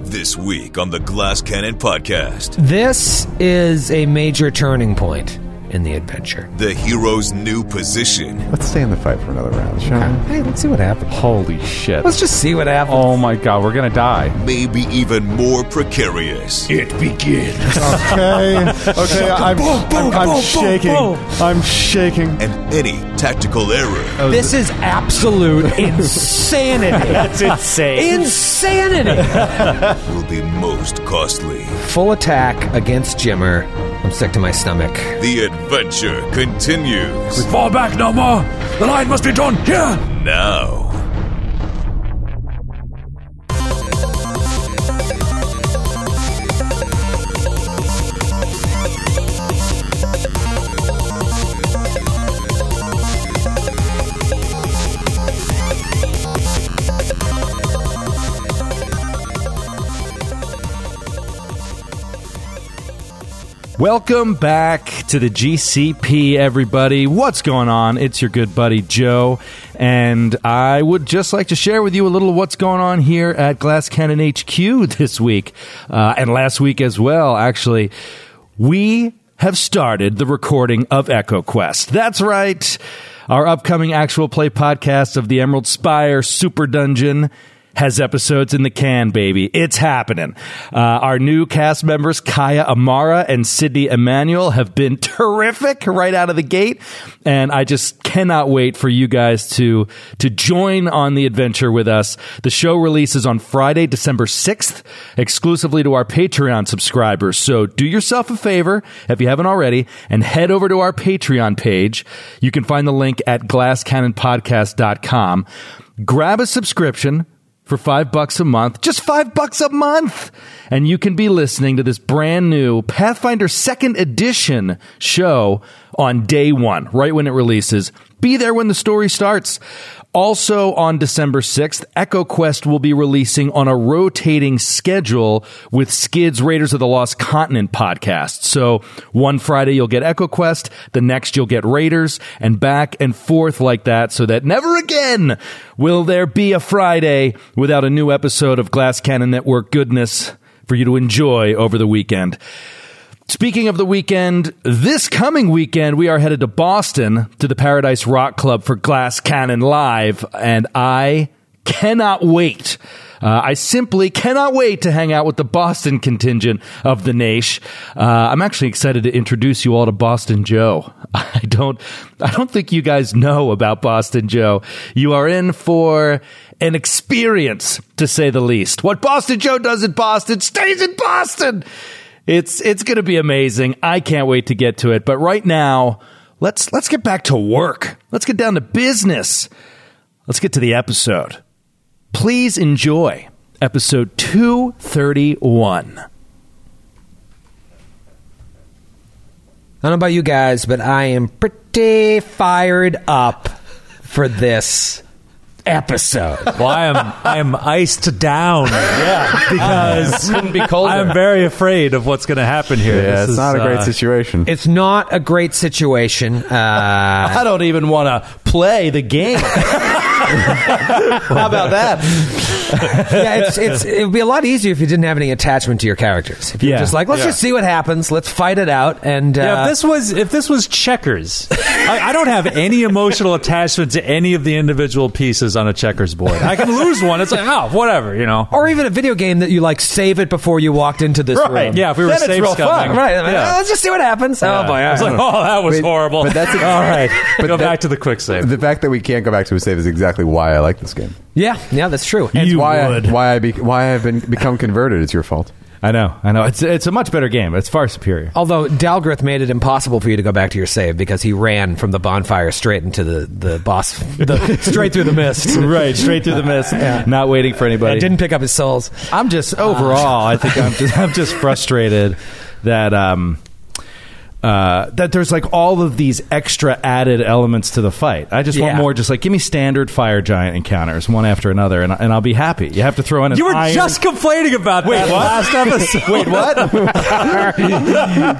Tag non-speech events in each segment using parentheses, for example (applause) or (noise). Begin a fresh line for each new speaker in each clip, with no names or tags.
This week on the Glass Cannon Podcast,
This is a major turning point in the adventure.
the hero's new position.
Let's stay in the fight for another round, shall we?
Hey, let's see what happens.
Holy shit.
Let's just see what happens.
oh my god, we're gonna die.
Maybe even more precarious.
Okay, okay, I'm, I'm, I'm shaking. I'm shaking.
And any tactical error
This is absolute (laughs) insanity. That's insane. Insanity.
will be most costly.
Full attack against Jimmer. I'm sick to my stomach.
The adventure continues
Fall back no more! The line must be drawn here!
now.
Welcome back to the GCP, everybody. What's going on? It's your good buddy Joe, and I would just like to share with you a little of what's going on here at Glass Cannon HQ (laughs) this week uh, and last week as well, actually. We have started the recording of Echo Quest. That's right. Our upcoming actual play podcast of the Emerald Spire Super Dungeon has episodes in the can, baby. It's happening. Uh, our new cast members, Kaya Amara and Sydney Emanuel, have been (laughs) terrific right out of the gate. And I just cannot wait for you guys to, to join on the adventure with us. The show releases on Friday, December 6th, exclusively to our Patreon subscribers. So do yourself a favor, if you haven't already, and head over to our Patreon page. You can find the link at glasscannonpodcast.com. Grab a subscription for five bucks a month, just five bucks a month. And you can be listening to this brand new Pathfinder second edition show on day one, right when it releases. Be there when the story starts. Also on December 6th, Echo Quest will be releasing on a rotating schedule with Skid's Raiders of the Lost Continent podcast. So one Friday you'll get Echo Quest, the next you'll get Raiders, and back and forth like that so that never again will there be a Friday without a new episode of Glass Cannon Network goodness for you to enjoy over the weekend. Speaking of the weekend, this coming weekend we are headed to Boston to the Paradise Rock Club for Glass Cannon Live, and I cannot wait. Uh, I simply cannot wait to hang out with the Boston contingent of the Nash. Uh, I'm actually excited to introduce you all to Boston Joe. (laughs) I don't, I don't think you guys know about Boston Joe. You are in for an experience, to say the least. What Boston Joe does in Boston stays in Boston. It's it's going to be amazing. I can't wait to get to it. But right now, let's let's get back to work. Let's get down to business. Let's get to the episode. Please enjoy episode 231.
I don't know about you guys, but I am pretty fired up for this
(laughs)
episode.
Well, I am I am iced down. Yeah, because
Couldn't be colder.
I'm very afraid of what's going to happen here. uh,
It's not a
uh,
great situation.
it's not a great situation. Uh,
I don't even want to play the game. How about that?
(laughs) yeah, it's, it's, it would be a lot easier if you didn't have any attachment to your characters. If you're
Yeah.
just like, let's
Yeah.
just see what happens, let's fight it out, and uh,
Yeah, if this was if this was checkers, I, I don't have any emotional attachment to any of the individual pieces on a checkers board. I (laughs) can lose one. It's like oh, whatever, you know.
or even a video game that you like save it before you walked into this room.
Yeah, if we were
Then it's
safe
real
scumming.
fun.
Right. I mean,
Yeah.
"Oh, let's just see what happens. Oh boy.
I was like, oh, that was
But-
horrible.
but that's-
(laughs) all right.
but
Go
that-
back to the quick save.
the fact that we can't go back to a save is exactly why I like this game.
yeah,
"Oh."
yeah, that's true.
It's
You
why
would.
I, why I be, why I've been become converted. It's your fault.
I know. I know. It's it's a much better game. It's far superior.
Although Dalgrith made it impossible for you to go back to your save because he ran from the bonfire straight into the, the boss, the, (laughs) straight through the mist.
(laughs)
Right, straight through the mist. Not waiting for anybody.
And didn't pick up his souls.
Uh, (laughs)
I'm just overall. I think I'm just, I'm just frustrated that um, uh, that there's like all of these extra added elements to the fight. I just want
Yeah.
more. Just like give me standard fire giant encounters, one after another, and, I- and I'll be happy. You have to throw in. An
You were
iron- (laughs)
just complaining about that last episode. Wait, what?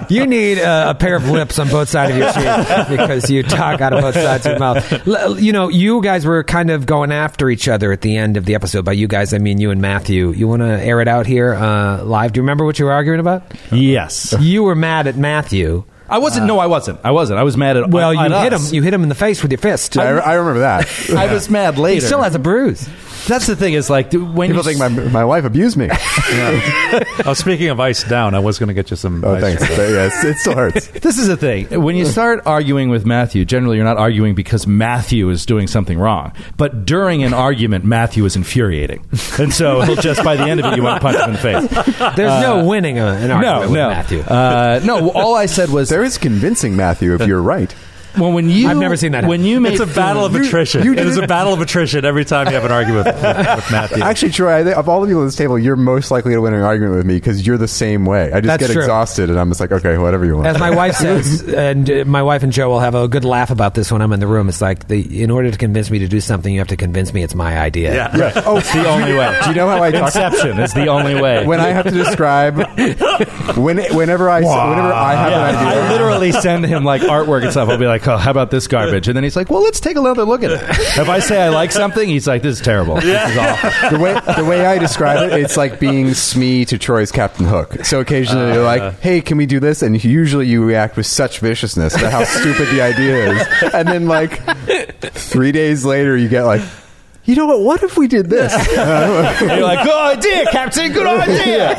You need uh, a pair of lips on both sides of your cheek because you talk out of both sides of your mouth. L- you know, you guys were kind of going after each other at the end of the episode. By you guys, I mean you and Matthew. You want to air it out here uh, live? Do you remember what you were arguing about?
yes.
You were mad at Matthew.
I wasn't. no, I wasn't. I wasn't. I was mad at.
Well, you
at
hit him.
us.
You hit him in the face with your fist.
I, I remember that.
(laughs) I was mad
he
later.
still has a bruise.
That's the thing is like
People
when you
think my, my wife abused me.
oh, speaking of ice down, I was going to get you some.
Oh,
ice.
thanks. yes, it still hurts.
This is the thing. When you start arguing with Matthew, generally you're not arguing because Matthew is doing something wrong. But during an argument, Matthew is infuriating. And so (laughs) he'll just, by the end of it, you want to punch him in the face.
There's no winning a, an argument
Uh, No,
with
no.
Matthew.
Uh, no, all I said was,
There is convincing Matthew if you're right.
well, when you.
I've never seen that
When
happen.
you made
It's a battle of attrition.
you
it is a
didn't-
battle of attrition every time you have an argument with, with,
(laughs)
with Matthew.
Actually, Troy, I think of all the people at this table, you're most likely to win an argument with me because you're the same way. I just
That's
get
true.
exhausted and I'm just like, okay, whatever you want.
As
(laughs)
my wife says, and uh, my wife and Joe will have a good laugh about this when I'm in the room. It's like, the, in order to convince me to do something, you have to convince me it's my idea.
yeah.
oh, it's the only way. (laughs) Do you know
(laughs)
how I talk?
(laughs) Inception is the only way.
When I have to describe, when, whenever I whenever I have
Yeah,
an idea,
I literally send him like artwork and stuff. I'll be like, "Oh, how about this garbage?" And then he's like, "Well, let's take another look at it." If I say I like something, he's like, "This is terrible. This is awful."
the way the way I describe it, it's like being Smee to Troy's Captain Hook. So occasionally you're
Uh.
like, "Hey, can we do this?" And usually you react with such viciousness about how stupid the idea is, and then like three days later you get like, "You know what? What if we did
(laughs)
this?"
And you're like, "Good idea, Captain. Good idea."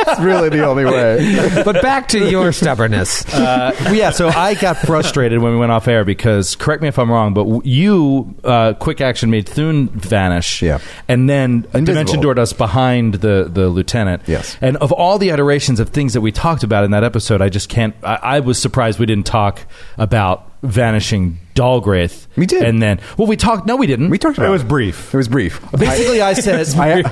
It's really the only way.
But back to your
(laughs)
stubbornness.
uh, well, yeah, so I got frustrated when we went off air because, correct me if I'm wrong, but w- you, uh, quick action, made Thune vanish.
Yeah.
And then Dimension
Invisible.
doored us behind the, the lieutenant.
Yes.
And of all the iterations of things that we talked about in that episode, I just can't. I, I was surprised we didn't talk about vanishing Dalgraith.
We did.
And then, well, we talked. No, we didn't.
We talked about
It
it.
was (laughs) brief.
(laughs) It was brief.
Basically, I, said.
I,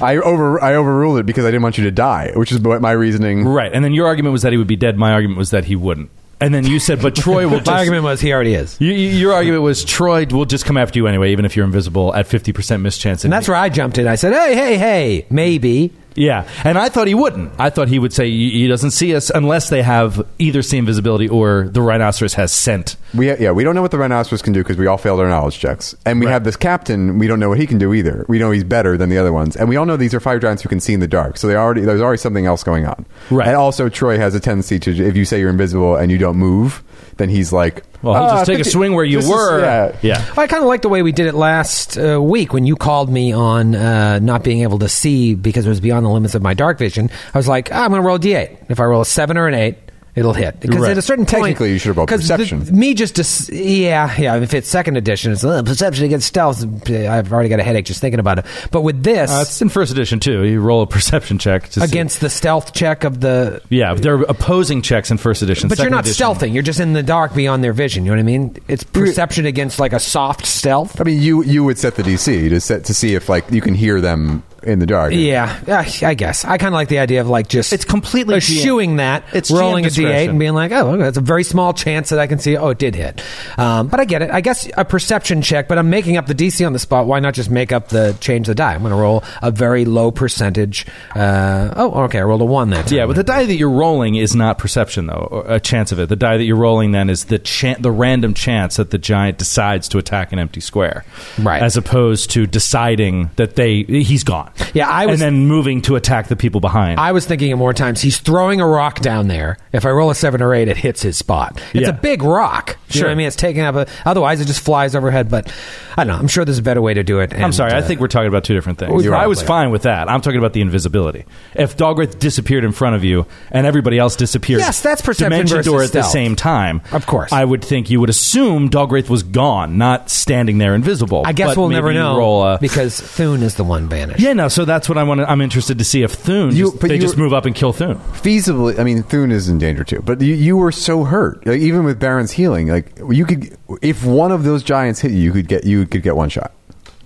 I over I overruled it because I didn't want you to die, which is what my reasoning.
right. And then your argument was that he would be dead. My argument was that he wouldn't. And then you said, but Troy
(laughs)
will just.
my argument was he already is.
You, you- your argument was Troy will just come after you anyway, even if you're invisible at 50% mischance.
And that's where I jumped in. I said, hey, hey, hey, maybe.
Yeah. And I thought he wouldn't. I thought he would say he he doesn't see us unless they have either see invisibility or the rhinoceros has scent.
We yeah, we don't know what the rhinoceros can do because we all failed our knowledge checks, and we have this captain. We don't know what he can do either. We know he's better than the other ones, and we all know these are fire giants who can see in the dark. So they already there's already something else going on.
Right.
And also, Troy has a tendency to if you say you're invisible and you don't move, then he's like,
Well, he'll
"Ah,
Uh,
just take a
50
swing where you
this is-
were.
yeah.
yeah.
I kind of like the way we did it last uh, week when you called me on uh, not being able to see because it was beyond the limits of my dark vision. I was like, "Ah, I'm going to roll a d8. If I roll a seven or an eight, it'll hit. Because
Right.
at a certain point,
Technically, you should have rolled
'cause
perception.
the- me just, dis- yeah, yeah. If it's second edition, it's uh, perception against stealth. I've already got a headache just thinking about it. But with this,
Uh, it's in first edition, too. You roll a perception check. To see-
against the stealth check of the
Yeah. They're opposing checks in first edition.
But you're
Second
not
edition-
stealthing. You're just in the dark beyond their vision. You know what I mean? It's perception against like a soft stealth.
I mean, you you would set the DC to set to see if like you can hear them in the dark.
Yeah, uh, I guess. I kind of like the idea of like just
It's completely GM
eschewing that,
It's
rolling
GM
a d8
discretion.
and being like, oh, that's a very small chance that I can see. Oh, it did hit. Um, but I get it. I guess a perception check. But I'm making up the DC on the spot. Why not just make up the change the die? I'm going to roll a very low percentage. Uh, oh, okay. I rolled a one that time.
Yeah, but the die that you're rolling is not perception, though, or a chance of it. The die that you're rolling then is the chan- the random chance that the giant decides to attack an empty square,
Right.
As opposed to deciding that they he's gone.
Yeah, I was-
and then moving to attack the people behind.
I was thinking of more times. He's throwing a rock down there. If I roll a seven or eight, it hits his spot. It's
Yeah.
a big rock. You know
Sure.
what I mean? It's taking up a. Otherwise, it just flies overhead. But I don't know. I'm sure there's a better way to do it.
I'm
and,
sorry. I
uh,
think we're talking about two different things.
We
I was
probably are.
fine with that. I'm talking about the invisibility. If Dogrith disappeared in front of you and everybody else disappeared,
Yes, that's perception
dimension
versus
door at the
stealth.
same time.
Of course.
I would think you would assume Dogrith was gone, not standing there invisible.
I guess
But
we'll
maybe
never
you
know
Roll a,
because Thune is the one banished.
Yeah, no. So that's what I want. I'm interested to see if Thune.
You-
just-
but
they
you-
just move up and kill Thune.
feasibly i mean thune is in danger too but you, you were so hurt like, even with baron's healing like you could if one of those giants hit you you could get you could get one shot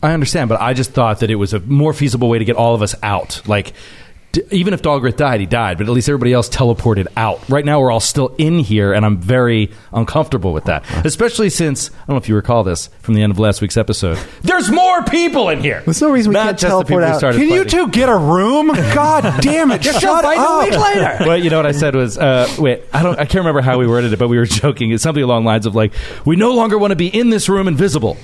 I understand, but I just thought that it was a more feasible way to get all of us out. Like. d- even if Dahlgren died, he died, but at least everybody else teleported out. Right now, we're all still in here, and I'm very uncomfortable with that. Especially since, I don't know if you recall this from the end of last week's episode, there's more people in here.
There's no reason we
Not
can't
just the people
teleport
who
out.
started
Can you
fighting.
two get a
(laughs)
room? God damn it! Shut up.
Well, you know what I said was, uh, wait, I don't, I can't remember how we worded it, but we were (laughs) joking. It's something along the lines of like, we no longer want to be in this room invisible.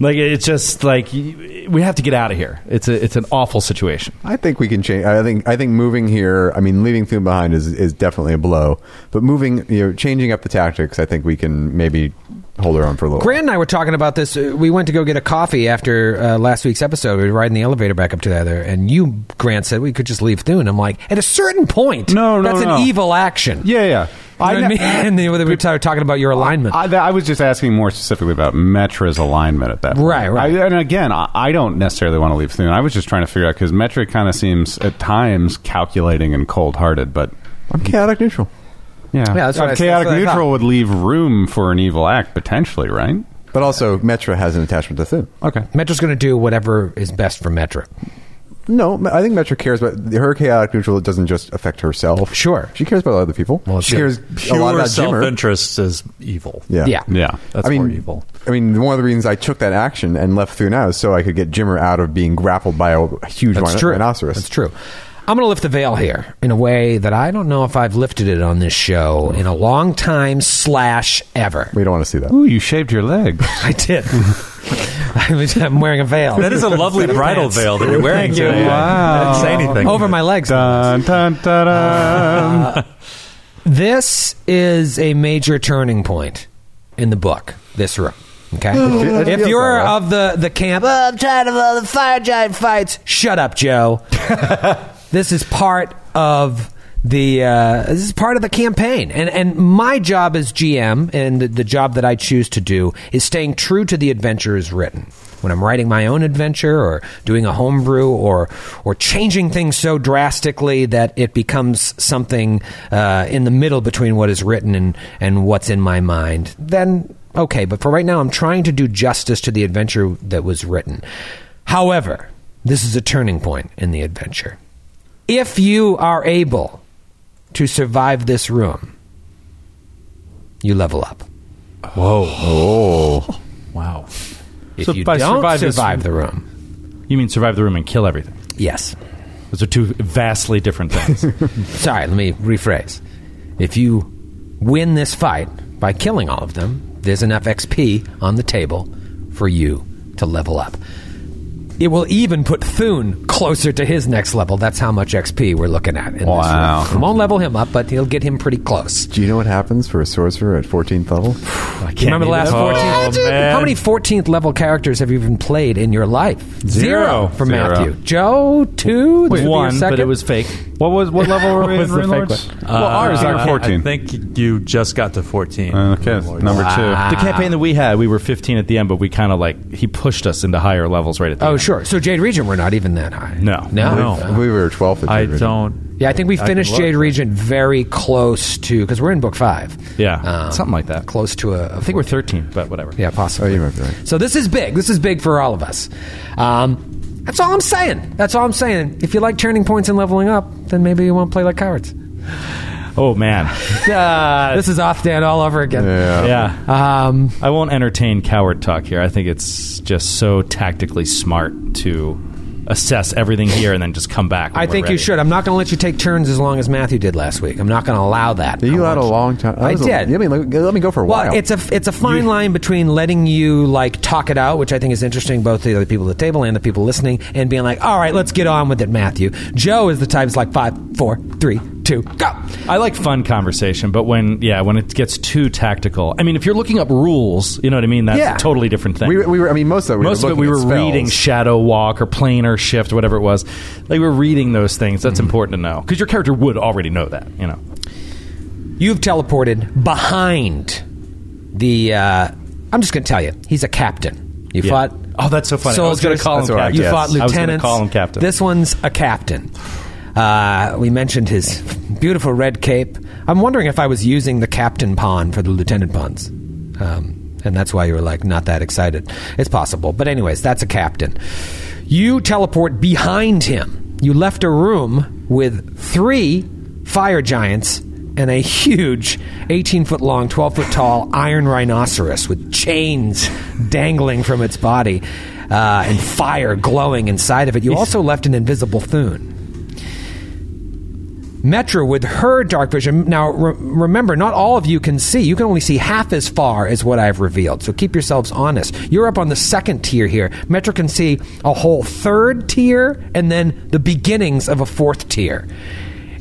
Like it's just like y- we have to get out of here. It's a, it's an awful situation.
I think we can change. I think I think moving here. I mean, leaving Thune behind is, is definitely a blow. But moving, you know, changing up the tactics, I think we can maybe hold our own for a little.
Grant and I were talking about this. Uh, We went to go get a coffee after uh, last week's episode. We were riding the elevator back up to the other, and you, Grant, said we could just leave Thune. I'm like, at a certain point,
No, no,
that's
no.
an evil action.
Yeah, yeah.
You know
I
what I
ne-
mean? (laughs) And then we were talking about your alignment.
(laughs) I, I was just asking more specifically about Metra's alignment at that point.
Right, right.
I, and again, I, I don't necessarily want to leave Thune. I was just trying to figure out because Metra kind of seems at times calculating and cold hearted, but
I'm chaotic neutral.
yeah.
Yeah, that's what I- that's
chaotic
what I
neutral
thought.
would leave room for an evil act potentially, right?
But also, Metra has an attachment to Thune.
Okay.
Metra's going to do whatever is best for Metra.
No, I think Metra cares about her chaotic neutral. doesn't just affect herself.
Sure.
she cares about other people.
Well,
she
sure.
cares a lot
Pure
about
self
Jimmer.
interest is evil.
Yeah,
Yeah.
Yeah.
That's
I mean,
more evil.
I mean, one of the reasons I took that action and left Thune out is so I could get Jimmer out of being grappled by a huge
That's
rhino-
true.
rhinoceros.
That's true. I'm going to lift the veil here in a way that I don't know if I've lifted it on this show in a long time slash ever.
We don't want to see that.
Ooh, you shaved your leg.
I did. (laughs) I was- I'm wearing a veil.
That is a lovely bridal veil that you're wearing
Thank you.
today. I didn't say anything.
Uh, over my legs.
Uh,
dun, dun, dun, dun.
This is a major turning point in the book. This room. Okay.
it
if
feels
you're
that way.
of the the camp, "Oh, I'm tired of all the fire giant fights. Shut up, Joe. this is part of the uh, this is part of the campaign, and and my job as GM and the, the job that I choose to do is staying true to the adventure as written. When I'm writing my own adventure or doing a homebrew or or changing things so drastically that it becomes something uh, in the middle between what is written and and what's in my mind, then okay. But for right now, I'm trying to do justice to the adventure that was written. However, this is a turning point in the adventure if you are able to survive this room, you level up.
Oh. wow.
If
So
you
by
don't survive,
survive this-
the room,
You mean survive the room and kill everything?
yes.
Those are two vastly
(laughs)
different things.
Sorry, let me rephrase. If you win this fight by killing all of them, there's enough XP on the table for you to level up. It will even put Thune closer to his next level. That's how much XP we're looking at. In
Wow.
This room. It won't level him up, but he'll get him pretty close.
Do you know what happens for a sorcerer at 14th level?
Remember the last
Oh,
14th?
man.
How many 14th level characters have you even played in your life?
Zero.
for
Zero.
Matthew. Joe, two? This would be your
one, but
second?
it was fake.
What was what level were we
was
in
the
Rune
fake
Lords?
one?
Well, ours are
Uh, I
fourteen. Uh,
think you just got to 14.
Okay, number
The
Ah.
two.
campaign that we had, we were 15 at the end, but we kind of like he pushed us into higher levels right at the
Oh,
end.
sure. So Jade Regent, we're not even that high.
No.
No.
No.
I believe we were 12th. At
I
Jimmer.
don't.
Yeah, I think we
can
finished
look.
Jade Regent very close to, because we're in book five. Um,
Yeah, something like that.
Close to a. a
I think we're 13, but whatever.
Yeah,
Oh,
possibly.
you might be right.
So this is big. This is big for all of us. Um, that's all I'm saying. That's all I'm saying. If you like turning points and leveling up, then maybe you won't play like
(laughs)
cowards.
Oh
(laughs)
man.
Uh, this is off Dan all over again.
Yeah.
Yeah.
Um,
I won't entertain coward talk here. I think it's just so tactically smart to assess everything here and then just come back. when
I
we're
think you
ready.
should. I'm not going to let you take turns as long as Matthew did last week. I'm not going to allow that.
Yeah,
I
you allowed a
want-
long time. That
I
was a-
did.
I mean, let, let me go for a
Well,
while.
it's a it's a fine line between letting you like talk it out, which I think is interesting, both to the people at the table and the people listening, and being like, "All right, let's get on with it." Matthew, Joe is the type who's like five, four, three, two, go.
I like fun conversation, but when yeah, when it gets too tactical. I mean, if you're looking up rules, you know what I mean. That's
Yeah.
a totally different thing.
we, were- we were. I mean, most of it. We
Most
were
of it, we were
looking at spells.
reading Shadow Walk or Planar Shift, whatever it was. Like we were reading those things. That's important to know because your character would already know that. You know.
You've teleported behind the. Uh, I'm just going to tell you, he's a captain. You
Yeah.
fought.
Oh, that's so funny. I was gonna
soldiers.
call him That's all right, captain.
You
yes.
fought
I was gonna
lieutenants.
call him captain.
This one's a captain. Uh, we mentioned his beautiful red cape. I'm wondering if I was using the captain pawn for the lieutenant pawns. Um, and that's why you were like not that excited. It's possible. But, anyways, that's a captain. You teleport behind him. You left a room with three fire giants and a huge 18 foot long, 12 foot tall iron rhinoceros with chains dangling from its body uh, and fire glowing inside of it. You also left an invisible Thune. Metra with her dark vision. Now, re- remember, not all of you can see. You can only see half as far as what I've revealed. So keep yourselves honest. You're up on the second tier here. Metra can see a whole third tier and then the beginnings of a fourth tier.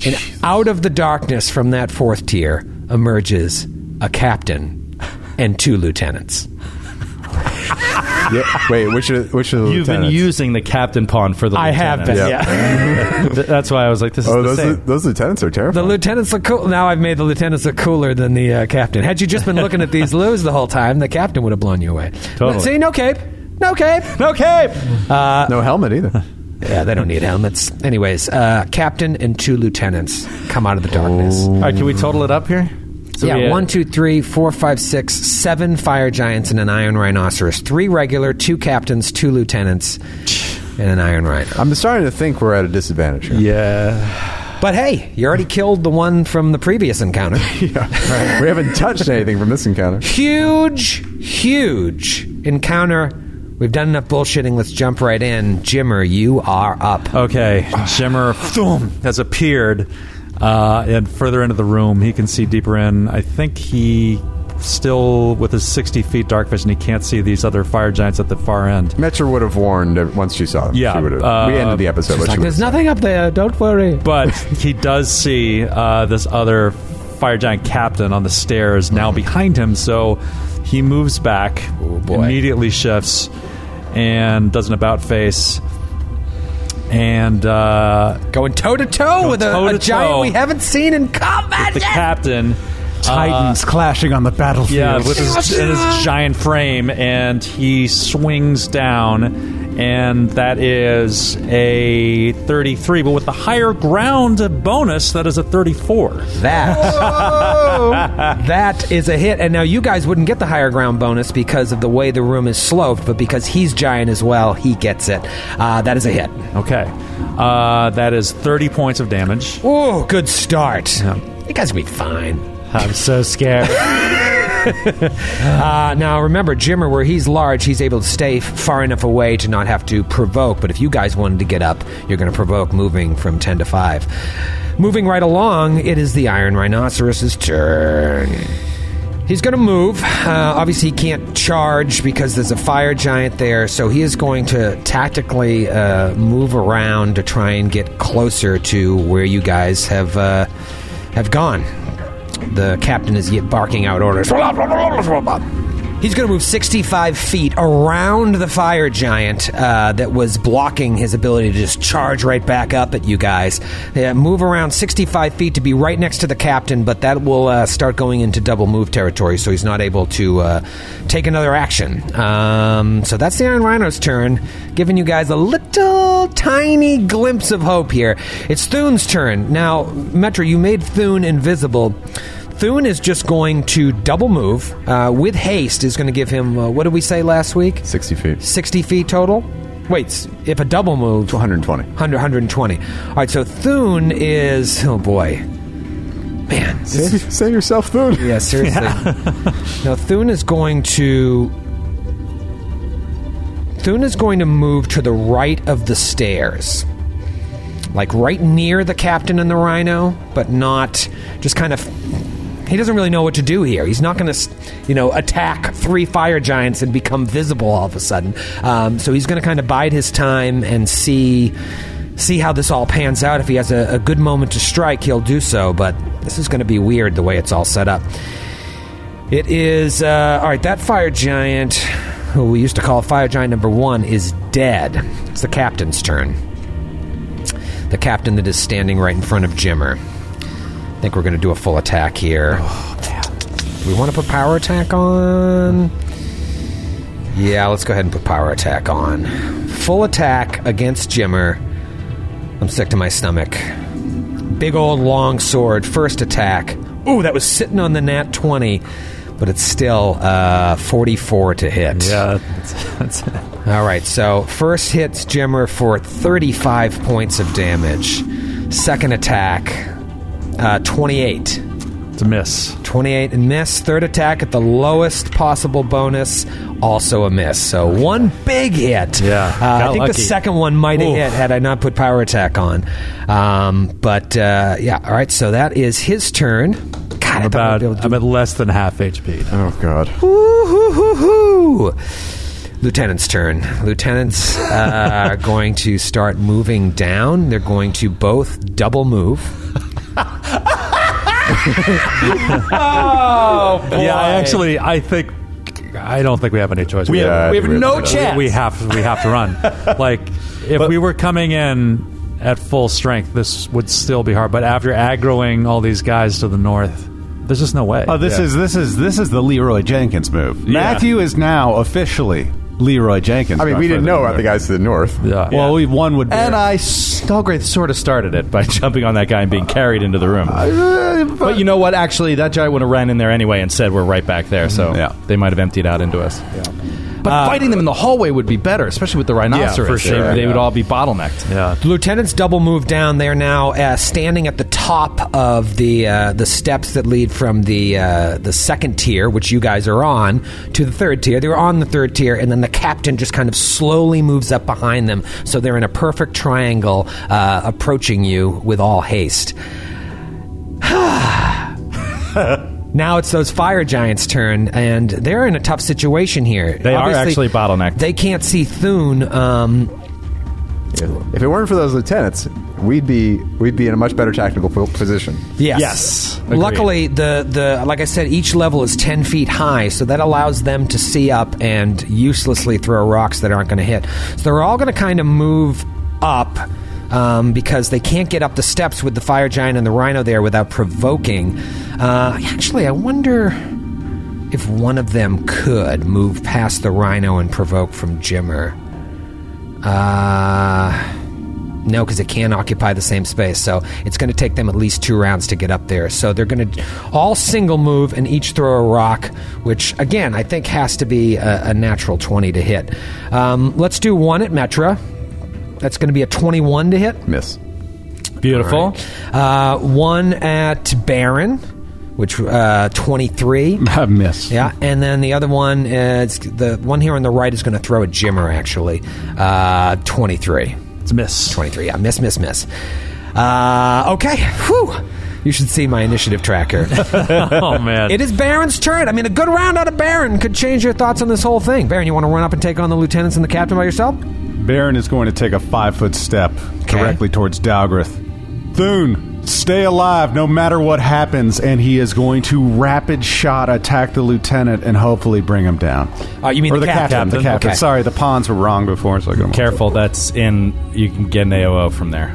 And out of the darkness from that fourth tier emerges a captain and two lieutenants.
Yeah. (laughs) Wait, which are, which are the
You've been
lieutenants?
using the captain pawn for the.
I have been,
lieutenants. (laughs) Th- That's why I was like, "This is
Oh,
the
those,
same."
those lieutenants are
The
terrifying.
lieutenants look cool. Now I've made the lieutenants look cooler than the uh, captain. Had you just been looking at these loos the whole time, the captain would have blown you away.
Totally.
See, no cape. No cape.
no cape.
no helmet
(laughs)
either.
Yeah, they don't need helmets. Anyways, uh, captain and two lieutenants come out of the darkness.
All right, can we total it up here? So
yeah,
we, uh,
one, two, three, four, five, six, seven fire giants and an iron rhinoceros. Three regular, two captains, two lieutenants, and an iron rhino.
I'm starting to think we're at a disadvantage here.
Yeah.
But hey, you already killed the one from the previous encounter.
(laughs) we haven't touched anything from this encounter.
huge, huge encounter. We've done enough bullshitting. Let's jump right in. Jimmer, you are up.
Okay, Shimmer thum, has appeared uh, and further into the room. He can see deeper in. I think he still, with his 60 feet dark vision, he can't see these other fire giants at the far end.
Metra would have warned ev- once she saw him.
Yeah,
She would've-
uh,
we ended the episode. but she
There's
would've-
nothing up there. Don't worry.
But he does see uh, this other fire giant captain on the stairs now behind him, so he moves back, immediately shifts, and does an about face. And uh,
Going toe to toe with a, a
toe-to-toe.
giant we haven't seen in combat
the
yet.
captain. uh,
Titans clashing on the battlefield.
Yeah, with his, in his giant frame, and he swings down, and that is a 33. But with the higher ground bonus, that is a 34.
That (laughs) that is a hit. And now you guys wouldn't get the higher ground bonus because of the way the room is sloped, but because he's giant as well, he gets it. Uh, that is a hit.
Okay, uh, that is 30 points of damage.
Oh, good start. You guys will be fine.
I'm so scared.
Uh, now remember, Jimmer, where he's large, he's able to stay f- far enough away to not have to provoke. But if you guys wanted to get up, you're going to provoke moving from ten to five. Moving right along, it is the Iron Rhinoceros's turn. He's going to move. Uh, obviously, he can't charge because there's a fire giant there, so he is going to tactically uh, move around to try and get closer to where you guys have uh, have gone. The captain is yet barking out orders. He's going to move 65 feet around the fire giant uh, that was blocking his ability to just charge right back up at you guys. Yeah, move around 65 feet to be right next to the captain, but that will uh, start going into double move territory, so he's not able to uh, take another action. Um, so that's the Iron Rhino's turn, giving you guys a little tiny glimpse of hope here. It's Thune's turn. Now, Metro, you made Thune invisible. Thune is just going to double move uh, with haste. Is going to give him uh, what did we say last week?
60 feet.
Sixty feet total. Wait, s- if a double move,
120.
100, 120. All right, so Thune is oh boy, man,
Save, (laughs) save yourself
(laughs)
food.
yeah, seriously. now Thune is going to Thune is going to move to the right of the stairs. Like right near the captain and the rhino, but not just kind of he doesn't really know what to do here. He's not going to, you know, attack three fire giants and become visible all of a sudden. Um, so he's going to kind of bide his time and see see how this all pans out. If he has a, a good moment to strike, he'll do so. But this is going to be weird the way it's all set up. It is uh, all right. That fire giant, who we used to call fire giant number one, is dead. It's the captain's turn. The captain that is standing right in front of Jimmer. I think we're going to do a full attack here. Do we want to put power attack on? Yeah, let's go ahead and put power attack on. Full attack against Jimmer. I'm sick to my stomach. Big old long sword, first attack. Ooh, that was sitting on the nat 20, but it's still uh, 44 to hit.
Yeah, that's, that's
All right, so first hits Jimmer for 35 points of damage. Second attack, uh, 28.
It's a miss.
28 and miss. Third attack at the lowest possible bonus, also a miss. So one big hit.
Yeah,
Uh, I
got
think the
lucky.
second one might have
Oof.
hit had I not put power attack on. Um, but uh, yeah, all right. So that is his turn. God, I
I'm
thought I'd
about
be able to do
I'm at less than half HP. now.
Oh God.
Woo-hoo-hoo-hoo. Lieutenant's turn. Lieutenants uh,
(laughs)
are going to start moving down. They're going to both double move.
(laughs) Yeah, I actually I think I don't think we have any choice. We,
Yeah,
have,
we have we have no no choice.
We have we have to run. like if we were coming in at full strength, this would still be hard. But after aggroing all these guys to the north, there's just no way.
Oh, this is this is this is the Leroy Jenkins move. Matthew is now officially Leroy Jenkins.
I mean,
going
we didn't
further
know
than
about the
there.
guys to the north.
yeah.
Well, we, one would. Be
And I Stalgrave sort of started it by (laughs) jumping on that guy and being carried into the room.
uh,
but you know what? Actually, that guy would have ran in there anyway and said we're right back there. So
Mm-hmm. Yeah. Uh,
they might have emptied out into us. But fighting them in the hallway would be better, especially with the rhinoceros.
for sure.
They, they would
Yeah.
all be bottlenecked.
yeah.
The lieutenants double move down. They are now uh, standing at the top of the uh, the steps that lead from the uh, the second tier, which you guys are on, to the third tier. They were on the third tier, and then the captain just kind of slowly moves up behind them, so they're in a perfect triangle uh, approaching you with all haste. (sighs) Now it's those fire giants' turn, and they're in a tough situation here.
They are actually bottlenecked.
They can't see Thune. Um,
If it weren't for those lieutenants, we'd be we'd be in a much better tactical po- position.
Yes.
Yes. Agreed.
Luckily, the the like I said, each level is ten feet high, so that allows them to see up and uselessly throw rocks that aren't going to hit. So they're all going to kind of move up. Um, because they can't get up the steps with the fire giant and the rhino there without provoking. Uh, actually, I wonder if one of them could move past the rhino and provoke from Jimmer. Uh, no, because it can't occupy the same space. So it's going to take them at least two rounds to get up there. So they're going to all single move and each throw a rock, which, again, I think has to be a, a natural 20 to hit. Um, let's do one at Metra. That's going to be a 21 to hit.
Miss.
Beautiful.
Uh, one at Baron, which uh, 23.
I miss.
Yeah, and then the other one is the one here on the right is going to throw a Jimmer actually. Uh, 23.
It's a miss.
23. Yeah, miss, miss, miss. Uh, okay. Whew. You should see my initiative tracker.
(laughs) Oh man.
it is Baron's turn. I mean, a good round out of Baron could change your thoughts on this whole thing. Baron, you want to run up and take on the lieutenants and the captain by yourself?
Baron is going to take a five foot step directly towards Dalgrith. Thune, stay alive no matter what happens, and he is going to rapid shot attack the lieutenant and hopefully bring him down.
Uh, you mean
or
the
the, captain,
captain.
The captain.
Okay.
Sorry, the pawns were wrong before, so I got him.
Careful, that's in. You can get an AOO from there.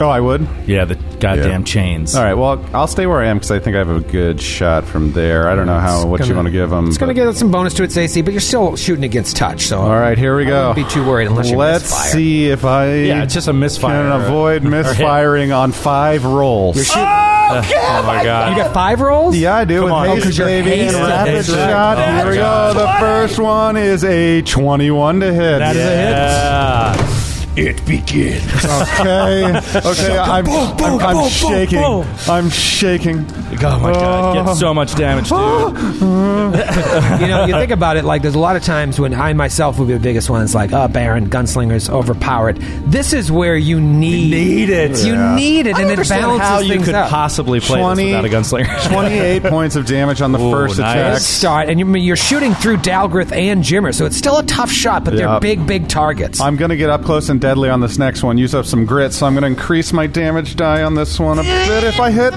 Oh, I would.
Yeah, the goddamn
Yeah.
chains.
All right. Well, I'll stay where I am because I think I have a good shot from there. I don't know how what you want to give him.
It's
Uh,
going to
but-
give us some bonus to its AC, but you're still shooting against touch. So
All right, here we go.
wouldn't be too worried unless you
Let's
misfire.
see if I
Yeah, it's just a misfire.
can
(laughs)
avoid misfiring on five rolls.
oh my
you
god.
got five rolls.
Yeah, I do. With
on. Oh, 'cause
haste,
you're
baby, and
hasted.
rapid
That's right.
shot.
Oh,
Here we go. The first one is a 21 to hit. That is
Yeah.
It begins.
Okay. Okay. I'm, I'm, I'm shaking. I'm shaking.
Oh my god, get so much damage, dude.
you know, you think about it, like there's a lot of times when I myself would be the biggest one. It's like, oh, Baron, gunslingers, overpowered. This is where you need,
need it.
You
Yeah.
need it, and it balances
how you
things
could
out.
possibly play this without a gunslinger. (laughs)
28 points of damage on the first
nice.
attack.
Let's start, and you're, you're shooting through Dalgrith and Jimmer, so it's still a tough shot, but they're
Yep.
big, big targets.
I'm going to get up close and deadly on this next one. Use up some grit, so I'm going to increase my damage die on this one a bit if I hit.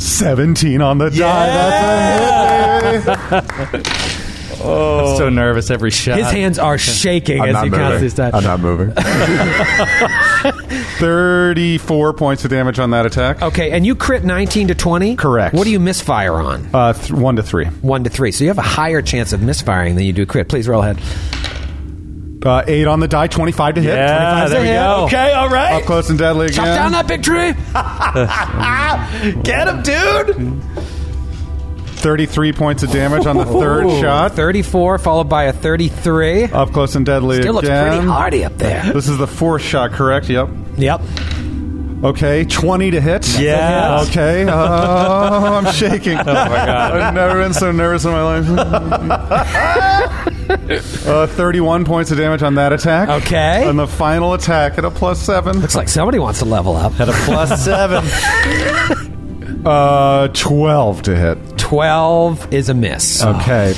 17 on the die. That's a hit, baby.
I'm so nervous every shot.
Oh. His hands are shaking
I'm
as
not
he counts his
moving.
time.
I'm not moving.
34 points of damage on that attack.
Okay, and you crit 19 to 20?
Correct.
What do you misfire on?
Uh, th- 1 to 3.
1 to 3. So you have a higher chance of misfiring than you do crit. Please roll ahead.
Uh, 8 on the die, 25 to hit. 25
there we go.
Okay, all
Up
right.
close and deadly again.
Chop down that big tree! (laughs)
Get him, dude.
33 points of damage on the third shot.
34 followed by a 33.
Up close and deadly
It looks
again.
pretty hardy up there.
This is the fourth shot, correct? Yep.
Yep.
Okay, 20 to hit.
Yeah.
Okay. Oh, (laughs) I'm shaking. Oh, my
God.
I've never been so nervous in my life. uh, 31 points of damage on that attack.
Okay.
And the final attack at a plus 7.
Looks like somebody wants to level up.
At a
(laughs)
plus seven.
(laughs) Uh, 12 to hit.
12 is a miss.
Okay.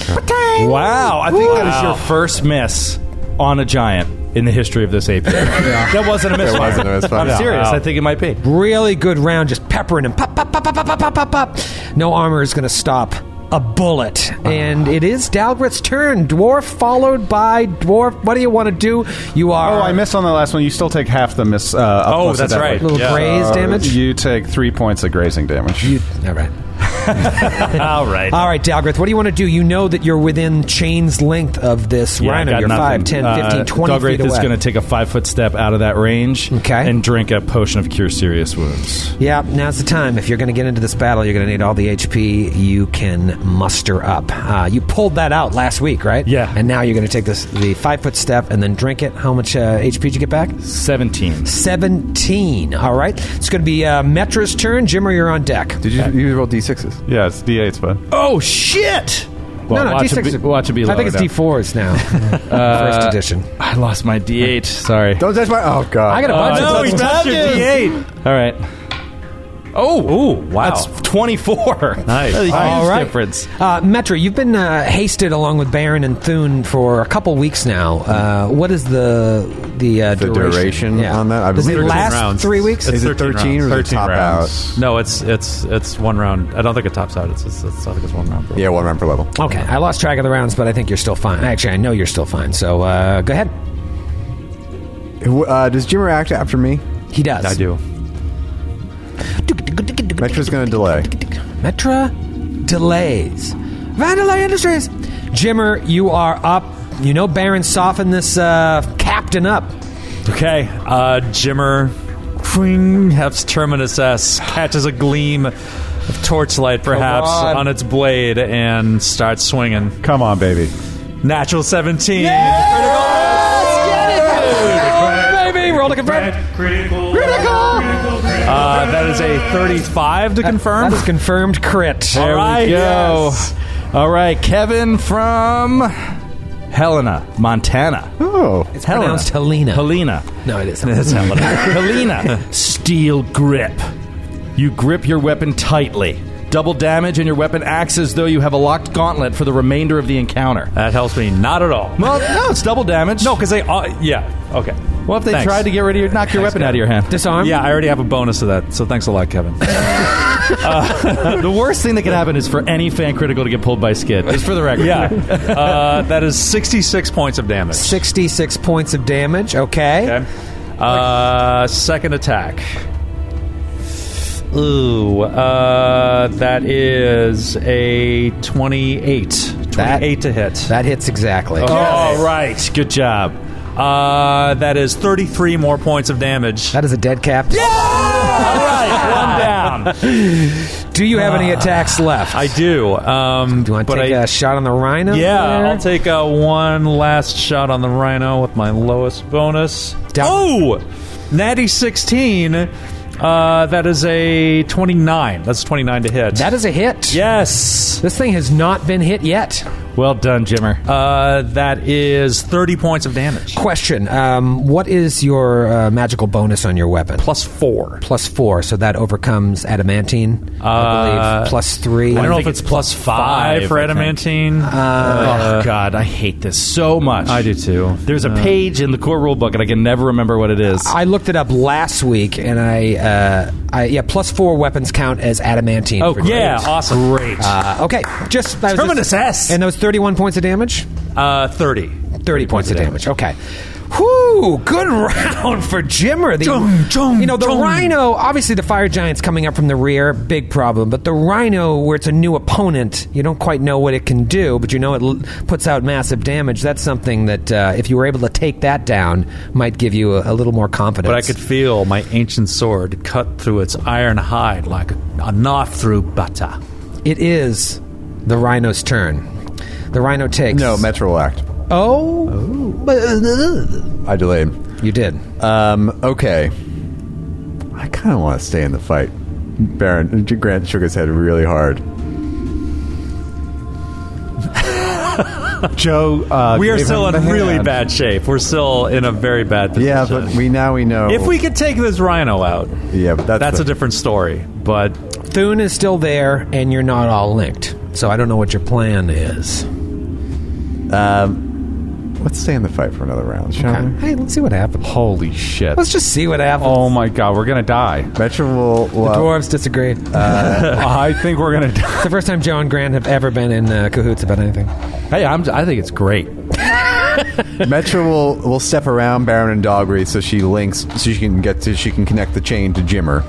Wow, I think that is your first miss on a giant in the history
(laughs)
of this AP. That wasn't a miss.
wasn't a misfire.
I'm
No.
serious.
Wow.
I think it might be.
Really good round, just peppering him. Pop, pop, pop, pop, pop, pop, pop, pop, pop. No armor is going to stop a bullet. And it is Dalgrith's turn. Dwarf followed by dwarf. What do you want to do? You are
Oh, I missed on the last one. You still take half the miss. Uh, up
Oh,
plus of
that's
that
right.
one.
little
Yeah.
graze
Uh,
damage.
You take three points of grazing damage.
You- all right.
All right.
All right, Dalgrith, what do you want to do? You know that you're within chain's length of this
Yeah, I
rhino.
got
You're
nothing.
5, 10, 15,
Uh,
20
Dog
feet
Wraith
away.
is going to take a five foot step out of that range
Okay.
and drink a potion of cure serious wounds.
Yeah, now's the time. If you're going to get into this battle, you're going to need all the HP you can muster up. Uh, you pulled that out last week, right?
Yeah.
And now you're going to take this the five foot step and then drink it. How much uh, HP did you get back?
17.
17. All right. It's going to be uh, Metra's turn. Jimmer, you're on deck.
Did you, you roll d6s?
Yeah, it's D8s, bud.
Oh, shit! Well,
no, no,
watch,
D6.
it be, watch it be
I think
loaded
it's
up.
D4s (laughs) now. First edition.
I lost my D8. Sorry.
Don't touch my. Oh god.
I got a
Uh,
bunch
no,
of
he
those.
touched your D8. All right. Oh, ooh, wow. That's 24.
(laughs) Nice.
That's a huge
All right.
difference.
Uh, Metra, you've been uh, hasted along with Baron and Thune for a couple weeks now. Uh, what is the the, uh,
The
duration,
duration
Yeah.
on that? I
Does it
believe it's
last
rounds.
three weeks?
Is it
13
13 or is it
13
top
rounds.
out?
No, it's it's it's one round. I don't think it tops out. It's, it's, it's I think it's one round.
Yeah, one round per level.
okay, I lost track of the rounds, but I think you're still fine. Actually, I know you're still fine. So uh, go ahead.
Who- Uh, does Jimmer act after me?
He does.
I do.
Metra's gonna delay.
Metra delays. Vandalay Industries. Jimmer, you are up. You know Baron softened this uh, captain up.
Okay, uh, Jimmer Fring hefts Mm, Terminus S, catches a gleam of torchlight perhaps
Come on.
on. its blade and starts swinging.
Come on, baby.
Natural 17.
Baby, roll to confirm.
Critical.
Uh, that is a 35 to confirm.
That is confirmed crit.
There we go. All right, Kevin from Helena, Montana.
Oh,
It's pronounced Helena.
Helena.
no, it isn't. It's Helena.
(laughs) Helena, steel grip. You grip your weapon tightly. Double damage, and your weapon acts as though you have a locked gauntlet for the remainder of the encounter.
That helps me not at all.
Well, no, it's double damage.
No, because they. Uh, yeah, okay.
Well, if they
Thanks.
tried to get rid of your, knock your weapon out of your hand.
Disarm.
Yeah, I already have a bonus to that, so thanks a lot, Kevin.
the worst thing that could happen is for any fan critical to get pulled by Skid. Just for the record.
(laughs)
Yeah. Uh, that is 66 points of damage.
66 points of damage. Okay.
Okay. Uh, second attack. Ooh, uh, that is a 28. 28 to hit.
That hits exactly.
All right. Good job.
uh, that is 33 more points of damage.
That is a dead cap.
down.
(laughs) Do you have any attacks left?
I do. Um,
Do you want to
but
take
I-
a shot on the rhino?
Yeah,
there?
I'll take uh, one last shot on the rhino with my lowest bonus.
Down.
Oh, natty 16. Uh, that is a 29. That's 29 to hit.
That is a hit.
yes.
This thing has not been hit yet.
Well done, Jimmer.
Uh, that is 30 points of damage.
Question: um, What is your uh, magical bonus on your weapon?
Plus four.
Plus four, so that overcomes adamantine. I believe plus three.
I don't know if
think
it's plus five, for
I think.
adamantine.
oh, God. I hate this so much.
I do too.
There's a page in the core rulebook, and I can never remember what it is.
I looked it up last week, and I, uh, I yeah, plus four weapons count as adamantine.
Oh,
for
yeah,
damage.
awesome. Great.
Uh, okay, just that was
Terminus S.
and those thirty-one points of damage.
Uh, 30.
Thirty points of damage. Okay. Whoo! Good (laughs) round for Jimmer. The,
Chung, chung,
you know the
chung.
Rhino. Obviously, the Fire Giant's coming up from the rear, big problem. But the Rhino, where it's a new opponent, you don't quite know what it can do, but you know it l- puts out massive damage. That's something that uh, if you were able to take that down, might give you a, a little more confidence.
But I could feel my ancient sword cut through its iron hide like a knife through butter.
It is the Rhino's turn. The Rhino takes.
no, Metro will act.
Oh,
I delayed.
you did. Uh,
Um, okay. I I kind of want to stay in the fight. Baron Grant shook his head really hard.
Joe, uh,
we are
gave
still
him
in
the
really
hand.
bad shape. We're still in a very bad position.
Yeah, but we now we know.
if we could take this rhino out,
yeah, but that's,
that's
the-
a different story. But
Thune is still there, and you're not all linked. So I don't know what your plan is.
Let's stay in the fight for another round, shall
Okay.
we?
Hey, let's see what happens.
Uh-huh. Holy shit!
Let's just see what happens.
oh my god, we're gonna die.
Metro will. uh, will-
Dwarves disagreed.
(laughs) I think we're gonna die.
it's the first time Joe and Grant have ever been in uh, cahoots about anything.
Hey, I'm, I think it's great.
(laughs) Metro will will step around Baron and Doggery so she links so she can get to she can connect the chain to Jimmer.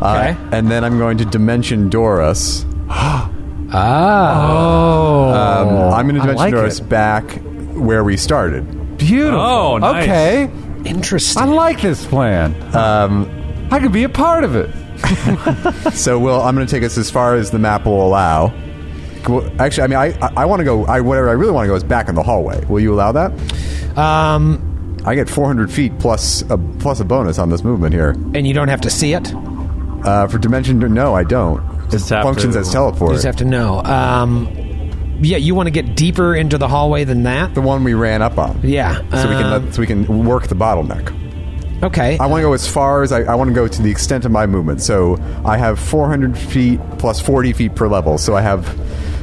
Uh,
Okay.
And then I'm going to dimension Doris.
Ah.
Oh.
Um, I'm going to dimension
like
Doris back where we started.
Beautiful.
Oh, nice.
okay.
Interesting.
I like this plan. Um, I could be a part of it.
So we'll I'm going to take us as far as the map will allow. Well, Actually, I mean, I I, I want to go. I whatever I really want to go is back in the hallway. Will you allow that?
Um,
I get 400 feet plus a plus a bonus on this movement here
and you don't have to see it. You
uh, for dimension. No, I don't. It
Just have
functions
to-
as teleport.
just have to know. Um, yeah, you want to get deeper into the hallway than that?
the one we ran up on.
Yeah.
So we can
um,
let, so we can work the bottleneck.
okay.
I want to go as far as I, I want to go to the extent of my movement. So I have 400 feet plus 40 feet per level. So I have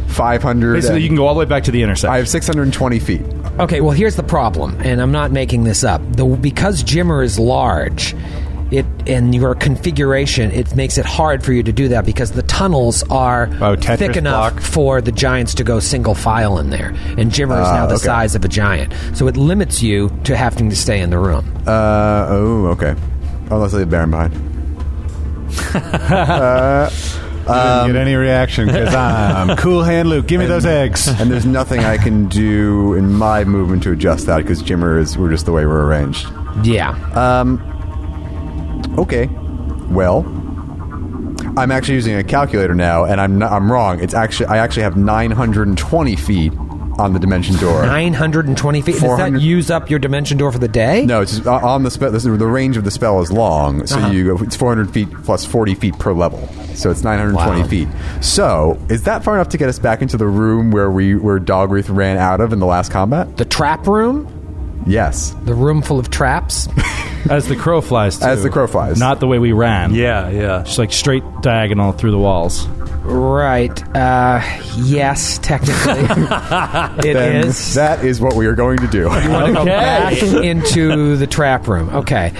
500.
Basically,
and-
you can go all the way back to the
I
intersection.
have 620 feet.
Okay, well, here's the problem, and I'm not making this up. The, because Jimmer is large, it and your configuration, it makes it hard for you to do that because the tunnels are
Oh, Tetris
thick enough
block.
for the giants to go single file in there. And Jimmer is now the
Ah, okay.
size of a giant, so it limits you to having to stay in the room.
Uh, oh, okay. Unless I leave Baron behind.
Didn't get any reaction (laughs) because I'm cool hand Luke. Give me those eggs.
And there's nothing I can do in my movement to adjust that because Jimmer is, we're just the way we're arranged.
Yeah,
uh, Okay. Well, I'm actually using a calculator now, and I'm not, I'm wrong. It's actually I actually have 920 feet on the dimension door.
920 feet. Does that
400
use up your dimension door for the day?
no, it's just uh, on the spell. The range of the spell is long, so you go. It's 400 feet plus 40 feet per level, so it's 920
Wow.
feet. So is that far enough to get us back into the room where we where Dogreath ran out of in the last combat?
The trap room,
Yes,
the room full of
(laughs)
traps.
as the crow flies, too.
as the crow flies.
Not the way we ran.
yeah, yeah.
Just like straight diagonal through the walls.
Right. Uh, yes, technically. it
(laughs) then
is.
that is what we are going to do.
Back (laughs) into the trap room. Okay.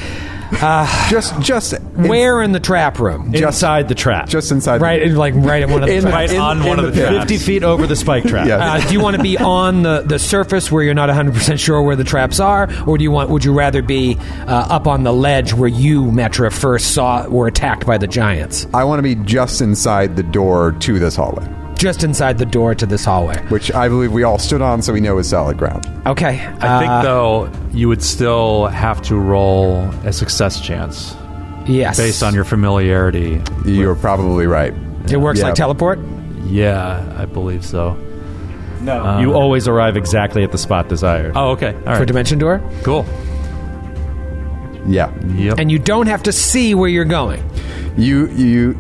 (laughs) just just in-
Where in the trap room?
Inside the trap.
just inside. the-
right, in- like right at one of the.
In the-
traps.
Right
in-
on one
in
of the,
the pit.
traps.
50 feet over the spike trap.
Yes.
Uh, do you want to be on the, the surface where you're not 100% sure where the traps are or do you want would you rather be uh, up on the ledge where you Metra first saw were attacked by the giants
I want to be just inside the door to this hallway,
just inside the door to this hallway
which I believe we all stood on, so we know is solid ground.
okay
I
uh,
think though you would still have to roll a success chance
yes
based on your familiarity.
You're probably right.
it works
Yeah.
like teleport
Yeah, I believe so.
No. you always arrive exactly at the spot desired.
Oh, okay. All
for
right.
dimension door
Cool.
Yeah,
Yep.
and you don't have to see where you're going
you you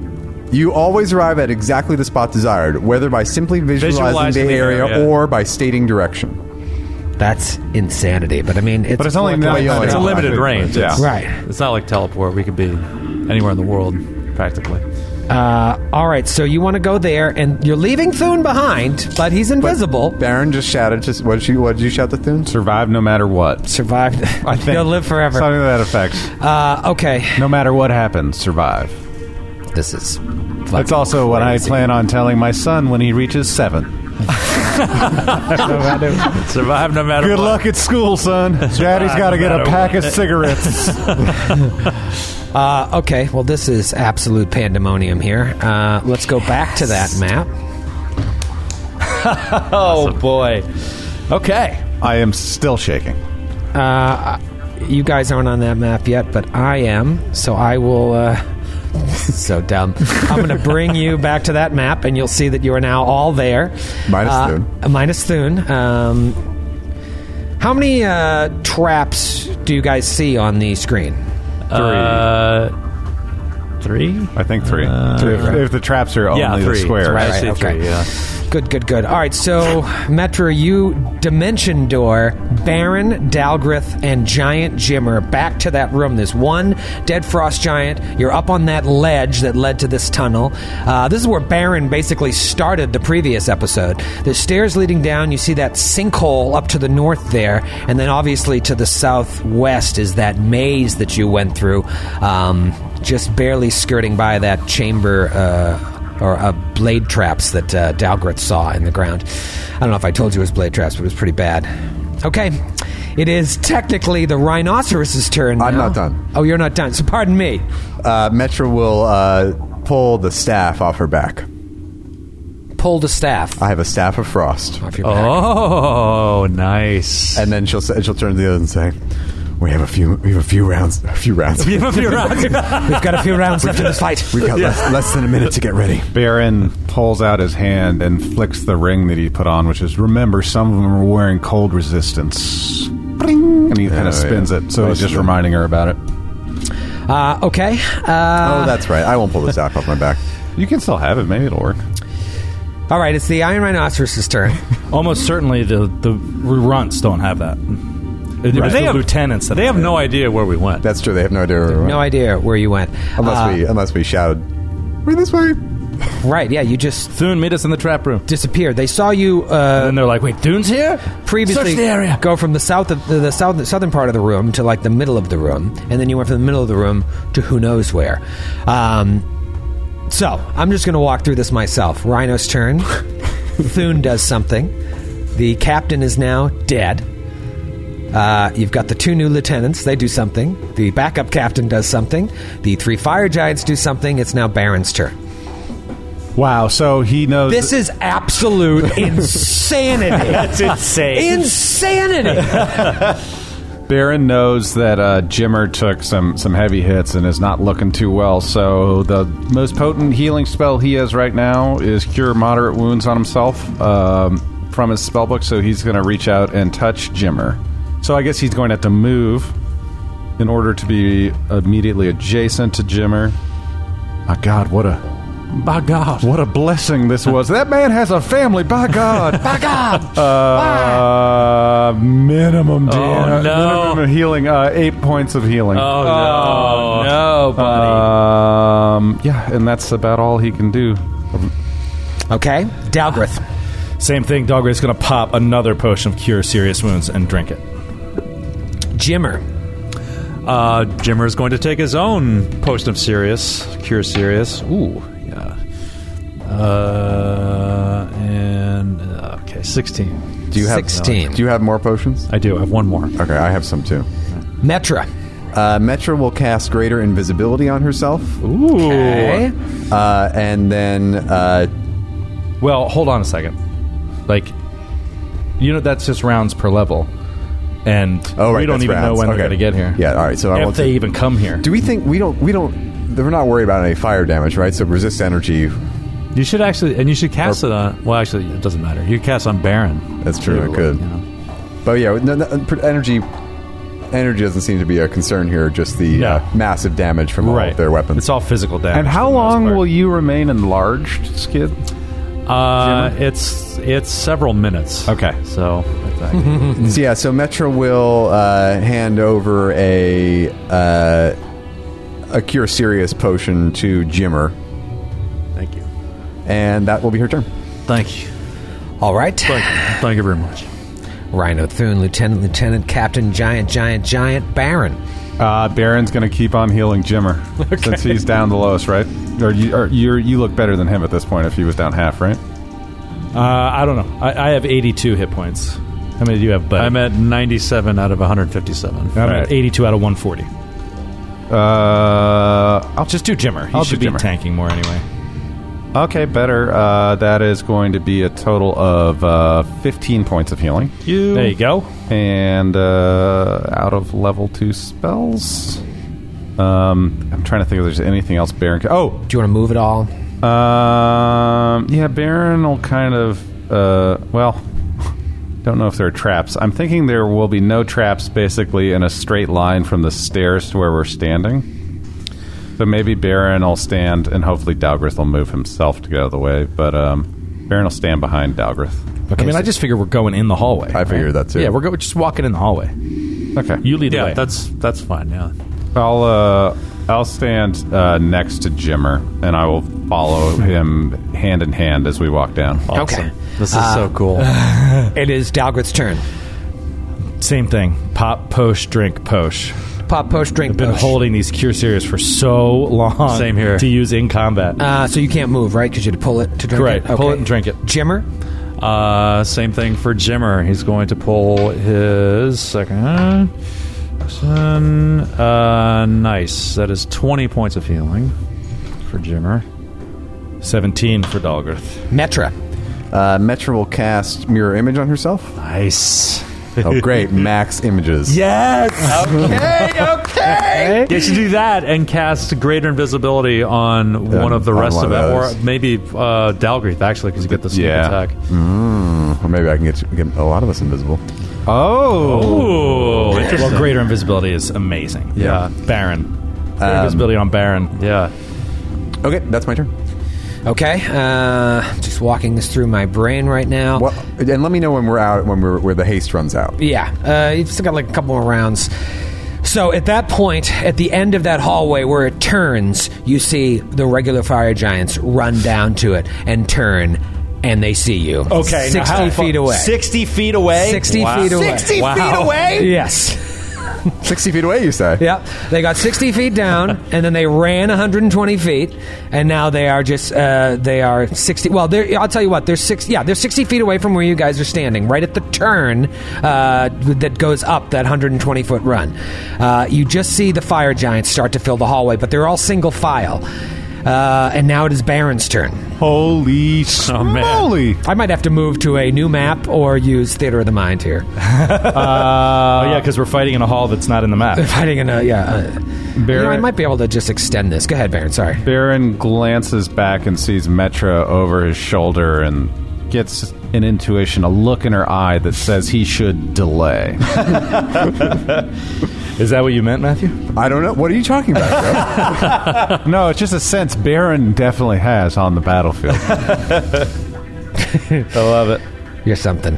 you always arrive at exactly the spot desired, whether by simply visualizing,
Visualizing
the,
the
area
area.
or by stating direction.
that's insanity but I mean it's
But it's only
more
way you
nine-
only
it's a
Yeah.
limited
Yeah.
range.
Yeah.
It's,
Right.
It's not like teleport. We could be anywhere in the world practically.
Uh, all right, so you want to go there, and you're leaving Thune behind, but he's invisible.
Baron just shouted. Just what did you what did you shout to Thune?
Survive no matter what.
Survived.
I think
He'll live
Something
forever.
to that effect.
Uh, okay.
No matter what happens, survive.
This is.
That's also what I plan on telling my son when he reaches seven.
Survive no matter
Good
what.
luck at school, (laughs) son. Daddy's got to get a pack of cigarettes. (laughs)
Uh, okay, well, this is absolute pandemonium here. Uh, let's go back to that map.
Oh, boy. Okay.
I am still shaking.
Uh, you guys aren't on that map yet, but I am, so I will. Uh, (laughs) so dumb. I'm going to bring you back to that map, and you'll see that you are now all there.
Minus
uh,
Thune.
Minus Thune. Um, how many uh, traps do you guys see on the screen?
Uh, three?
I think three.
three,
Uh, if,
right.
if the traps are
yeah,
only
three.
the square.
Right,
Right,
I see
okay.
three, yeah.
Good, good, good. All right, so Metro, you Dimension Door, Baron, Dalgrith, and Giant Jimmer back to that room. There's one dead frost giant. You're up on that ledge that led to this tunnel. Uh, this is where Baron basically started the previous episode. There's stairs leading down. You see that sinkhole up to the north there, and then obviously to the southwest is that maze that you went through, um, just barely skirting by that chamber. Uh, or uh, blade traps that uh, Dalgrith saw in the ground. I don't know if I told you it was blade traps, but it was pretty bad. Okay, it is technically the rhinoceros's turn.
I'm
now.
not done.
Oh, you're not done. So pardon me.
Uh, Metra will uh, pull the staff off her back.
Pull the staff
I have a staff of frost,
off your
Oh.
back.
Oh, nice.
and then she'll say- she'll turn to the other and say, "We have a few. We have a few rounds. A few rounds.
(laughs) Give
(laughs)
up your rock.
We've got a few rounds left in this fight.
(laughs) We've got less, less than a minute to get ready."
Baron pulls out his hand and flicks the ring that he put on, which is remember some of them are wearing cold resistance. Bling! And he kind
yeah.
of spins it, so
Most of
he's just
them.
reminding her about it.
Uh, okay. Uh,
oh, that's right. I won't pull the staff off my back.
You can still have it. Maybe it'll work.
all right. It's the Iron Rhinoceros' turn.
Almost certainly the the runts don't have that. It was
They
the
have-
lieutenants. That
They have no idea where we went.
That's true. They have no idea. Where we went.
No idea where you went.
unless
Uh,
we unless we shouted, "We're this way."
Right. Yeah. You just
Thune, meet us in the trap room.
disappeared. They saw you. Uh,
And they're like, "Wait, Thune's here?
previously
Search the area."
go from the south of the, the south southern part of the room to like the middle of the room, and then you went from the middle of the room to who knows where. Um, so I'm just going to walk through this myself. Rhino's turn. Thune does something. The captain is now dead. Uh, you've got the two new lieutenants. They do something. The backup captain does something. The three fire giants do something. It's now Baron's turn.
Wow, so he knows.
This is absolute insanity.
That's insane.
insanity.
Baron knows that uh, Jimmer took some, some heavy hits and is not looking too well, so the most potent healing spell he has right now is Cure Moderate Wounds on himself um, from his spellbook, so he's going to reach out and touch Jimmer. So I guess he's going to have to move in order to be immediately adjacent to Jimmer. My God, what a. By God. What a blessing this was. that man has a family, by God. by God. Uh, minimum
Oh,
damage.
no.
Minimum of healing. Uh, eight points of healing. Uh,
Oh, no.
No, buddy.
Um, yeah, and that's about all he can do.
Okay, Dalgrith.
Same thing. Dograte's going to pop another potion of cure serious wounds and drink it.
Jimmer.
Uh, Jimmer is going to take his own potion of serious, cure serious. Ooh, yeah. Uh, and uh, okay, sixteen.
Do you have
16.
Do you have more potions?
I do. I have one more.
Okay, I have some too.
Metra.
Uh, Metra will cast greater invisibility on herself,
Okay.
uh, and then uh,
Well, hold on a second. Like, you know, that's just rounds per level, and
oh right,
we don't
that's
even know
rounds.
when
okay.
they're going to get here.
Yeah, all right. So I
if
want
they
to.
even come here.
Do we think we don't? We don't. We're not worried about any fire damage, right? So resist energy.
You should actually, and you should cast it on. Well, actually, it doesn't matter. You cast on Baron.
That's true. I
Too,
could.
you know.
But yeah, no, no, pr- energy. Energy doesn't seem to be a concern here. Just the
Yeah.
uh, massive damage from all
right.
of their weapons.
It's all physical damage.
And how
for the most
long
part.
will you remain enlarged, Skid?
Uh, it's it's several minutes.
Okay.
So
So yeah, so Metro will uh, hand over a uh, a cure serious potion to Jimmer,
thank you.
and that will be her turn.
Thank you.
All right.
Thank you. Thank you very much.
Rhino Thune, Lieutenant, Lieutenant, Captain, Giant, Giant, Giant, Baron.
Uh, Baron's going to keep on healing Jimmer since he's down the lowest, right? Or you, or you're, you look better than him at this point if he was down half, right?
Uh, I don't know. I, I have 82 hit points. How many do you have, buddy?
I'm at 97 out of 157.
I'm
Right.
at 82 out of 140.
Uh, I'll
Just do Jimmer. He
I'll
should
do
be
Jimmer.
tanking more anyway.
Okay, better. Uh, that is going to be a total of uh, 15 points of healing.
There you go.
And uh, out of level 2 spells. Um, I'm trying to think if there's anything else Baron. Can- oh,
Do you want to move at all?
um, yeah, Baron will kind of. Uh, well, (laughs) don't know if there are traps. I'm thinking there will be no traps, basically, in a straight line from the stairs to where we're standing. But maybe Baron will stand, and hopefully Dalgrith will move himself to get out of the way. But um, Baron will stand behind Dalgrith.
I mean, I just figure we're going in the hallway.
I figured that too.
Yeah, we're, go- we're just walking in the hallway.
Okay.
You lead the
Yeah,
way.
that's that's fine. Yeah.
I'll uh, I'll stand uh, next to Jimmer, and I will follow him hand in hand as we walk down.
Okay.
This is
Ah.
so cool.
It is Dalgrith's turn.
Same thing. Pop, posh, drink, posh.
Pop, post, drink,
Been
push.
holding these cure series for so long.
Same here.
To use in combat.
Uh, so you can't move, right? Because you had to pull it to drink
Correct.
it. Okay.
Pull it and drink it.
Jimmer,
Uh, same thing for Jimmer. He's going to pull his second. Person. Uh, nice. That is 20 points of healing for Jimmer.
17 for Dalgrith.
Metra.
Uh, Metra will cast mirror image on
(laughs)
herself.
Nice.
Oh, great! Max images.
Yes. (laughs) Okay. Okay. you should do that and cast greater invisibility on one of the
on
rest
one
of
of
it, or
those.
maybe uh, Dalgrith actually, because you get the sneak
Yeah.
attack.
Or maybe I can get, get a lot of us invisible.
Oh,
Ooh.
Well, greater invisibility is amazing. Uh,
Yeah. Um,
Baron. Greater invisibility on Baron.
Yeah.
Okay, that's my turn.
Okay. Uh, just walking this through my brain right now.
Well, and let me know when we're out when we're where the haste runs out.
Yeah, uh, you've still got like a couple more rounds. So at that point, at the end of that hallway where it turns, you see the regular fire giants run down to it and turn, and they see you.
Okay, now
sixty
how
feet
fu-
away.
60 feet away.
Sixty feet away.
feet away.
Yes.
Sixty feet away, you say?
Yep. They got 60 feet down, and then they ran 120 feet, and now they are just uh, they are 60. Well, they're, I'll tell you what. They're six. Yeah, they're 60 feet away from where you guys are standing, right at the turn uh, that goes up that 120 foot run. Uh, you just see the fire giants start to fill the hallway, but they're all single file. Uh, and now it is Baron's turn.
holy
Oh, man.
smoly!
I might have to move to a new map or use Theater of the Mind here.
oh,
(laughs)
yeah, because we're fighting in a hall that's not in the
(laughs)
map.
Fighting in a yeah. Uh, you know, I might be able to just extend this. Go ahead, Baron. Sorry.
Baron glances back and sees Metra over his shoulder and gets an intuition, a look in her eye that says he should delay. (laughs)
Is that what you meant, Matthew?
I don't know. What are you talking about? Joe?
no, it's just a sense Baron definitely has on the battlefield.
I love it.
You're something.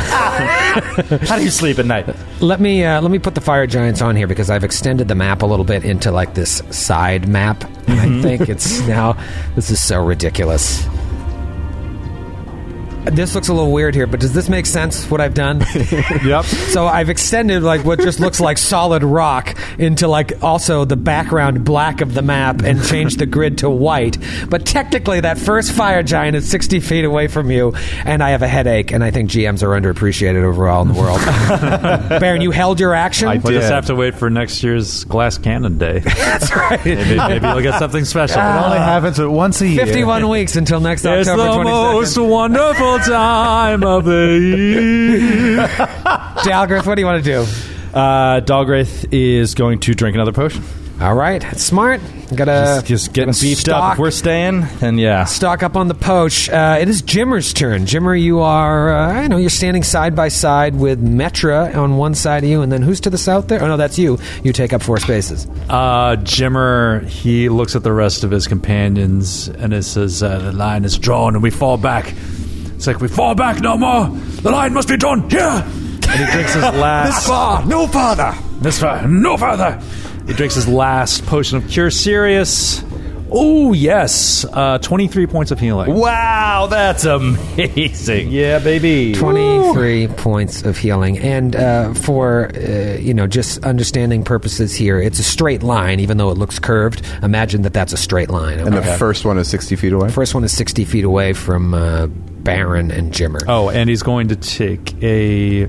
How do you sleep at night?
Let me uh, let me put the fire giants on here because I've extended the map a little bit into like this side map.
Mm-hmm.
I think it's now. This is so ridiculous. This looks a little weird here, but does this make sense? What
(laughs)
I've done?
yep.
so I've extended like what just looks like solid rock into like also the background black of the map and changed the grid to white. But technically, that first fire giant is 60 feet away from you, and I have a headache, and I think GMs are underappreciated overall in the world.
(laughs)
Baron, you held your action.
I
We just
did.
have to wait for next year's Glass
(laughs)
Cannon Day.
That's right.
maybe, maybe you'll get something special.
It only happens at once a year.
51 weeks until next Uh, October 22nd.
wonderful time of the year.
(laughs)
Dalgrith, what do you want to do?
Uh, Dalgrith is going to drink another potion.
All right, smart. Gotta
Just getting
gotta
beefed up.
stock-
If we're staying, then yeah.
stock up on the poach. Uh, it is Jimmer's turn. Jimmer, you are, uh, I know you're standing side by side with Metra on one side of you, and then who's to the south there? Oh, no, that's you. You take up four spaces.
Uh, Jimmer, he looks at the rest of his companions and it says, uh, The line is drawn and we fall back. It's like, We fall back no more. The line must be drawn here. And he drinks his last.
Ah, no father.
this far, no further. He drinks his last potion of cure serious. Oh, yes. Uh, 23 points of healing.
Wow, that's amazing. Yeah, baby.
23 points of healing. And uh, for, uh, you know, just understanding purposes here, it's a straight line, even though it looks curved. Imagine that that's a straight line.
And
Okay.
the first one is sixty feet away.
First one is 60 feet away from uh, Baron and Jimmer.
Oh, and he's going to take a.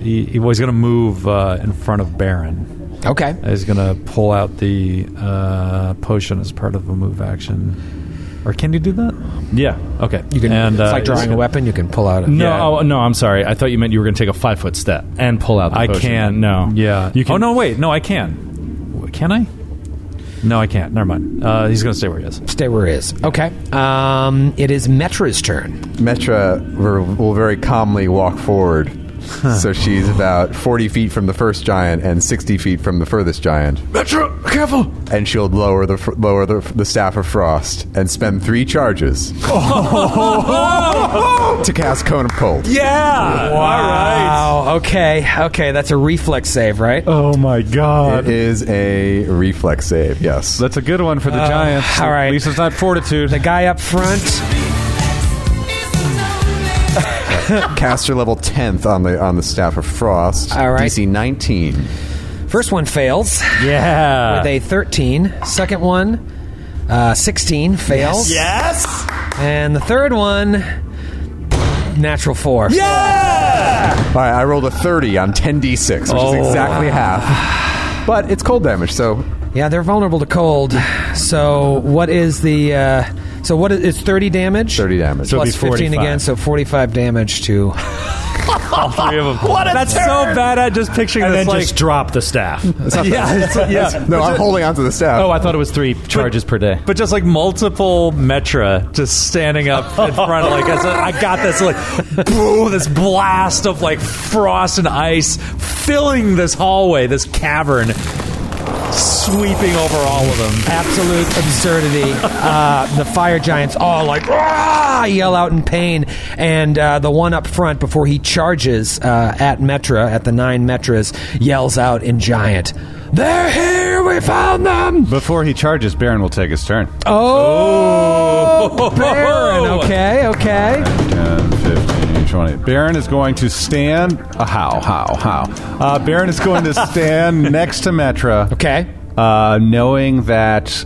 He, he was going to move uh, in front of Baron.
Okay.
He's going to Uh, pull out the uh, potion as part of a move action. Or can you do that?
Yeah.
Okay.
You can,
And,
it's
uh,
like
he's
drawing a
gonna-
weapon. You can pull out a.
No,
Yeah.
oh, no, I'm sorry. I thought you meant you were going to take a five foot step and pull out. The
I
potion.
can.
No.
Yeah.
You can.
Oh, no, wait. No, I can. W- Can I? No, I can't. Never mind. Uh, he's going to stay where he is.
Stay where it is. Okay. Um, it is Metra's turn.
Metra ver- will very calmly walk forward So she's about 40 feet from the first giant and 60 feet from the furthest giant.
Metro, careful!
And she'll lower the fr- lower the, the staff of frost and spend three charges (laughs) to cast cone of cold.
Yeah.
Wow. Okay. Okay. That's a reflex save, right?
Oh my
It
god.
is a reflex save. Yes.
That's a good one for the Giants.
all right.
At least it's not fortitude.
The guy up front.
caster level 10th on the on the staff of frost
All right.
dc 19
First one fails
Yeah.
with a 13. Second one, uh, 16 fails.
yes.
And the third one, natural four. Yeah.
all right i rolled a 30 on 10d6 which is exactly half but it's cold damage so
Yeah. They're vulnerable to cold. So what is the? Uh, so what is? It's 30 damage.
30 damage
So- it'll
Plus
be
15 again,
45.
so 45 damage to.
What a That's so bad at just picturing
and
this
then
like
just drop the
(laughs)
staff.
yeah, (laughs) it's-
(laughs)
yeah.
no i'm holding onto the staff
oh, I thought it was three charges per day.
But just like multiple Metra just standing up in front, like as a, I got this, like boom, this blast of like frost and ice filling this hallway, this cavern, sweeping over all of them.
absolute absurdity. (laughs) Uh, the fire giants all like "Rah!" yell out in pain, and uh, the one up front before he charges uh, at Metra at the nine Metras yells out in giant. They're here. We found them.
Before he charges, Baron will take his turn.
Oh, Baron. Okay, okay.
10, 15, 20. Baron is going to stand. Uh, how, how, how? Uh, Baron is going to stand next to Metra.
Okay.
Uh, knowing that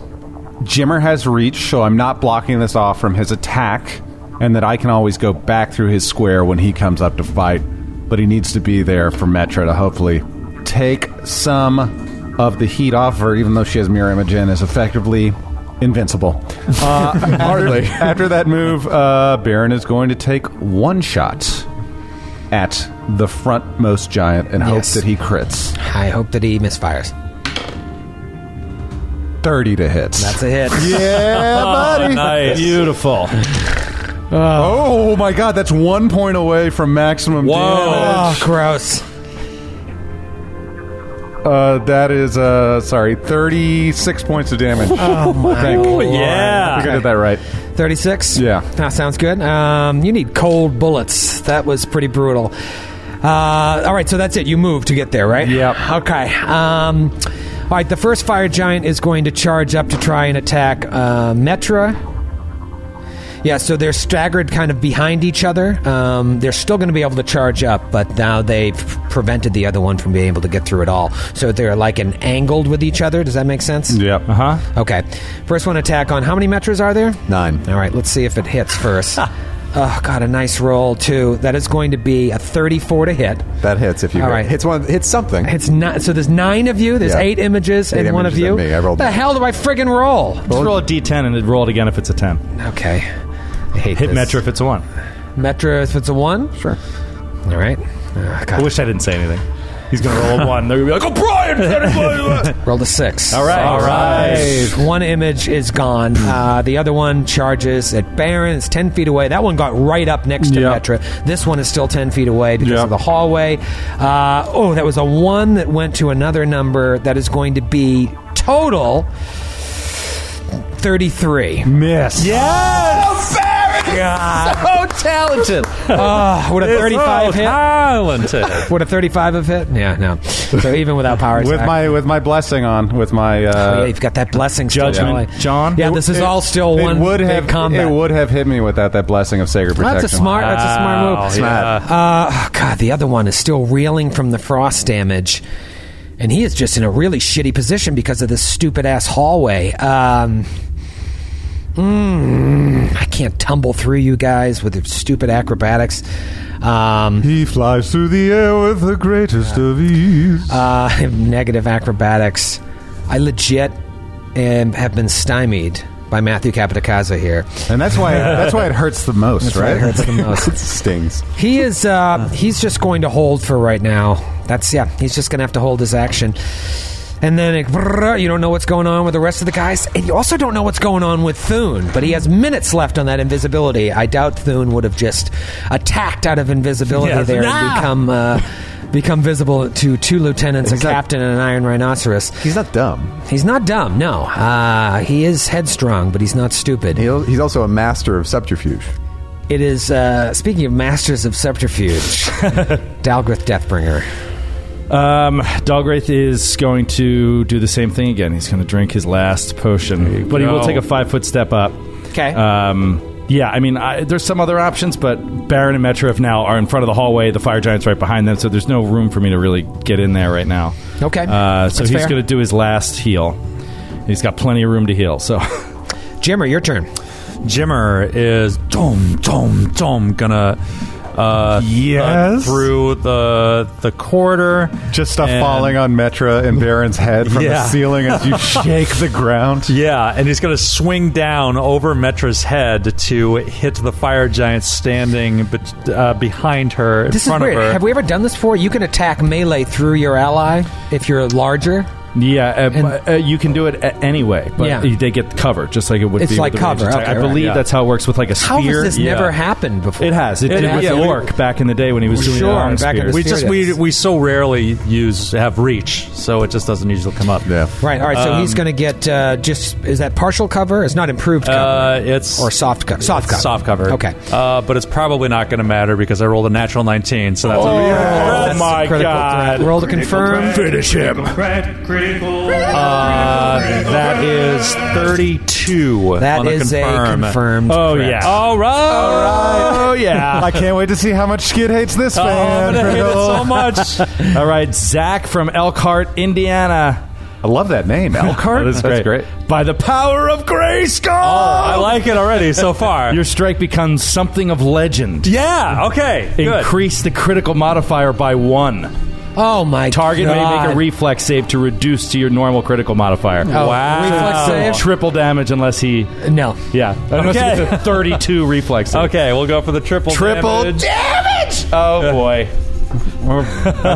Jimmer has reach, so I'm not blocking this off from his attack, and that I can always go back through his square when he comes up to fight. But he needs to be there for Metra to hopefully take some of the heat off her, even though she has mirror image and is effectively invincible. Uh,
(laughs)
hardly
After that move, uh, Baron is going to take one shot at the frontmost giant and hope
Yes.
that he crits.
I hope that he misfires.
30 to hit.
That's a hit.
(laughs) yeah, buddy.
Nice.
Beautiful.
Oh my god, that's one point away from maximum
Whoa.
Oh, gross.
damage. Uh, that is, uh, sorry, 36 points of damage. Oh (laughs) I think I
Yeah.
did that right.
36?
Yeah.
That sounds good. Um, you need cold bullets. That was pretty brutal. Uh, all right, so that's it. You move to get there, right?
Yep.
Okay. Um, all right, the first fire giant is going to charge up to try and attack uh, Metra. Yeah, so they're staggered kind of behind each other. Um, they're still going to be able to charge up, but now they've prevented the other one from being able to get through at all. So they're like an angled with each other. Does that make sense?
Yep. Uh-huh.
Uh huh.
Okay. First one attack on how many metras are there?
nine
All right, let's see if it hits first. oh, got a nice roll too. That is going to be a 34 to hit.
that hits if you
All
hit.
right.
hits one hits something
It's not so. There's nine of you. There's
Yeah.
eight images
Eight
and one of
images
you.
and me. I rolled
the
nine.
hell do I friggin' roll?
Just roll a d10 and it roll it again if it's a 10.
Okay. I hate
Hit
this.
Metro if it's a 1.
Metra if it's a one.
sure
All right. Oh,
I
God.
wish I didn't say anything. He's going to roll a 1. They're going to be like, oh, Brian!
Rolled a six.
All right. All right.
One image is gone.
Hmm.
Uh, the other one charges at Baron. It's 10 feet away. That one got right up next to
Yep.
Petra. This one is still 10 feet away because
Yep.
of the hallway. Uh, oh, that was a one that went to another number that is going to be total 33.
Miss.
Oh, would a 35 hit?
Talented.
(laughs) Would a 35 have hit? Yeah, no. So even without power
With
attack-
my with my blessing on, with my
Oh, yeah,
uh,
you've got that blessing still
Judgment,
going.
John?
Yeah, this is
it-
all still
it
one
would
big
have
combat.
It would have hit me without that blessing of sacred protection.
that's a smart. That's a smart move.
yeah.
Uh, oh, God, the other one is still reeling from the frost damage. And he is just in a really shitty position because of this stupid ass hallway. Um, mm, I can't tumble through you guys with your stupid acrobatics. Um,
He flies through the air with the greatest of ease.
uh, I have negative acrobatics. I legit am, have been stymied by Matthew Capitacasa here.
and that's (laughs) why that's why it hurts the most, right?
It hurts the
(laughs)
most.
stings
He is. Uh, he's just going to hold for right now. That's yeah. He's just going to have to hold his action. And then it, brrr, you don't know what's going on with the rest of the guys, and you also don't know what's going on with Thune. But he has minutes left on that invisibility. I doubt Thune would have just attacked out of invisibility
Yes.
there
Nah.
and become uh, become visible to two lieutenants, a
Exact-
captain, and an Iron Rhinoceros.
He's not dumb.
He's not dumb, no. Uh, he is headstrong, but he's not stupid.
He'll, he's also a master of subterfuge.
It is, uh, speaking of masters of subterfuge,
(laughs)
Dalgrith Deathbringer.
(laughs) Um, Dalgraith is going to do the same thing again. He's going to drink his last potion, but he will
go.
take a five foot step up.
Okay.
Um, yeah, I mean, I, there's some other options, but Baron and Metrif now are in front of the hallway. The fire giant's right behind them, so there's no room for me to really get in there right now.
Okay.
Uh,
That's
so he's
fair.
going to do his last heal. He's got plenty of room to heal. So (laughs)
Jimmer, your turn.
Jimmer is tom tom tom gonna uh,
Yes.
thud through the the corridor.
Just stuff
And-
falling on Metra and Baron's head from
Yeah.
the ceiling as
(laughs)
you shake the ground.
Yeah, and he's gonna swing down over Metra's head to hit the fire giant standing bet uh, behind her in
This is
front
weird.
of her.
Have we ever done this before? You can attack melee through your ally if you're larger.
yeah, uh, but, uh, you can do it a- anyway, but
Yeah.
they get cover just like it would
It's
be.
like
with a ranged
cover,
attack.
okay,
I
right,
believe
yeah.
that's how it works with like a spear.
How has this
Yeah.
never happened before?
It has. It,
It
did
has.
with
Yeah, we-
Lork back in the day when he was doing
Sure,
iron
back in
spears.
the
we just we,
Serious.
we so rarely use have reach, so it just doesn't usually come up.
Yeah.
Right. All right. So he's going to get uh, just is that partial cover? It's not improved cover
Uh, it's
or soft cover. Soft cover.
soft cover.
Okay.
Uh, but it's probably not going to matter because I rolled a natural 19, so that's oh,
That's a critical threat. Roll to confirm.
Finish him.
Uh, that is 32.
That
on the
is
confirm.
a confirmed.
Oh
threat.
yeah.
All right.
Oh yeah.
I can't wait to see how much Skid hates this
Oh, I'm
fan.
gonna hate it so (laughs) much.
All right, Zach from Elkhart, Indiana.
I love that name, Elkhart.
That's great. By the power of Grayskull,
Oh,
I like it already so far.
your strike becomes something of legend.
yeah. Okay. Good.
Increase the critical modifier by one.
Oh my
Target
God.
may make a reflex save to reduce to your normal critical modifier.
Oh,
Wow.
Reflex
Triple damage unless he,
save. No.
yeah, unless he
Okay.
gets
(laughs)
a thirty-two reflex. Save.
Okay, we'll go for the triple.
triple
damage.
damage. Oh boy,
(laughs)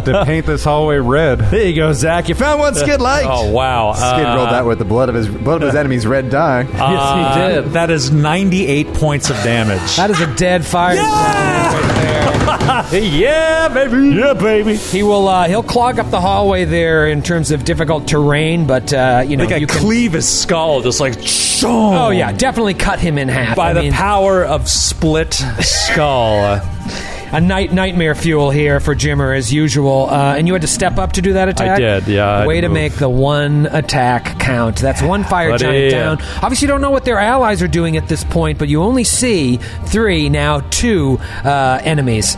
to paint this hallway red.
there you go, Zach. You found one skid light.
Oh wow.
Skid
Uh,
rolled that with the blood of his blood of his enemy's red dye.
yes, he
uh,
did.
that is 98 points of damage.
That is a dead fire.
(laughs) yeah, baby. Yeah, baby.
He will. Uh, he'll clog up the hallway there in terms of difficult terrain, but uh, you know
Like I
you can.
cleave his skull, just like
oh yeah, definitely cut him in half.
By
I
the
mean,
power of split skull.
a night nightmare fuel here for Jimmer as usual. Uh, and you had to step up to do that attack.
did, yeah, I had
Way
to
to
move.
make the one attack count. That's
(sighs)
one fire
Buddy.
giant down. Obviously, you don't know what their allies are doing at this point, but you only see three now, two uh, enemies.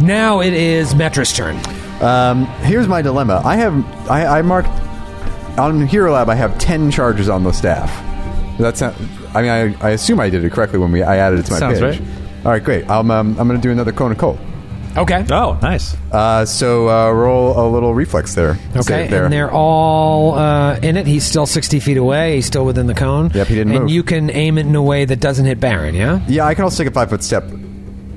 Now it is Metra's turn.
Um, here's my dilemma. I have I, I marked on Hero Lab. I have ten charges on the staff. That's not, I mean I, I assume I did it correctly when we I added it to my
Sounds
page.
right.
All right, great. I'm um, I'm going to do another cone of coal.
Okay.
Oh, nice.
Uh, so uh, roll a little reflex there.
Okay,
Save there.
and they're all uh, in it. He's still sixty feet away. He's still within the cone.
Yep, he didn't
And
move.
you can aim it in a way that doesn't hit Baron. Yeah.
yeah, I can also take a five foot step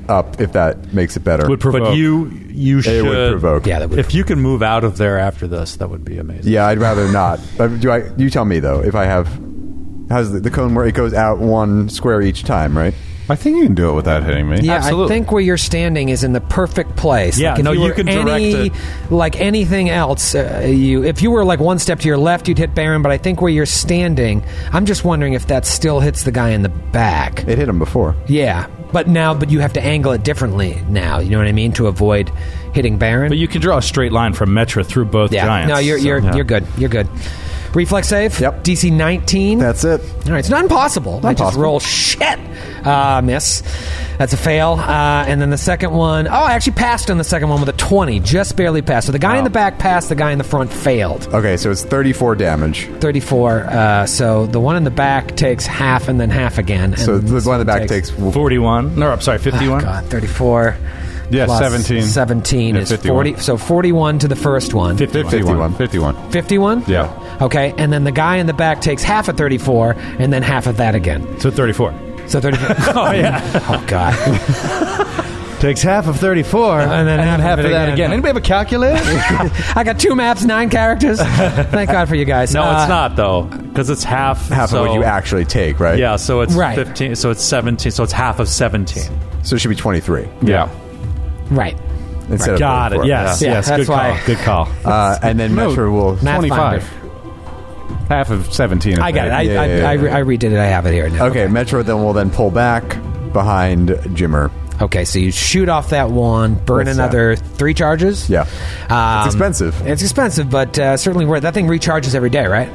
up if that makes it better.
But you you
it
should
would provoke.
Yeah, that would.
If you can move out of there after this, that would be amazing.
Yeah, I'd rather not. (laughs) But do I? You tell me though if I have. How's the, the cone where it goes out one square each time, right?
I think you can do it without hitting me.
Yeah,
Absolutely.
I think where you're standing is in the perfect place.
Yeah,
like if
no, you
were
can direct
any,
it.
Like anything else, uh, you if you were like one step to your left, you'd hit Baron. But I think where you're standing, I'm just wondering if that still hits the guy in the back.
It hit him before.
Yeah, but now, but you have to angle it differently now. You know what I mean to avoid hitting Baron.
But you can draw a straight line from Metra through both
yeah,
giants.
no, you're
so-
you're
Yeah.
you're good. You're good. Reflex save.
Yep.
DC 19.
That's it.
All right, it's not impossible. I just
impossible.
roll shit. Uh, miss. That's a fail. Uh, and then the second one, oh, I actually passed on the second one with a 20. Just barely passed. So the guy in the back passed, the guy in the front failed.
Okay, so it's 34 damage.
34. Uh, so the one in the back takes half and then half again. And
So
then
the
this
one in the back takes.
41. No, I'm sorry, 51.
God, 34.
Yeah,
plus
17.
17
Yeah,
is
51.
40. So 41 to the first one.
51. 51.
51?
Yeah.
Okay, and then the guy in the back takes half of 34 and then half of that again.
So 34.
So 34. oh, yeah. Oh, God.
Takes half of 34
And then half of
half
it
of that
again.
again. Anybody have a calculator?
(laughs) I got two maps, nine characters. Thank God for you guys.
No,
Uh,
it's not though, because it's half.
half
so,
of what you actually take, right?
Yeah, so it's
Right.
fifteen. So it's seventeen. So it's half of seventeen.
So it should be 23
Yeah.
Right.
instead
Got
of 24.
it. Yes.
Yeah,
yes.
that's
Good
why-
call. Good call.
Uh, and then Metro will.
Math
Twenty-five.
Finder.
Half of seventeen.
I got it. I,
Yeah,
I,
yeah,
I,
yeah.
I redid it. I have it here now.
Okay, Metro then will then pull back behind Jimmer.
Okay, so you shoot off that wand, burn
That's
another three charges.
Yeah.
Um,
It's expensive.
It's expensive, but uh, certainly worth. That thing recharges every day, right?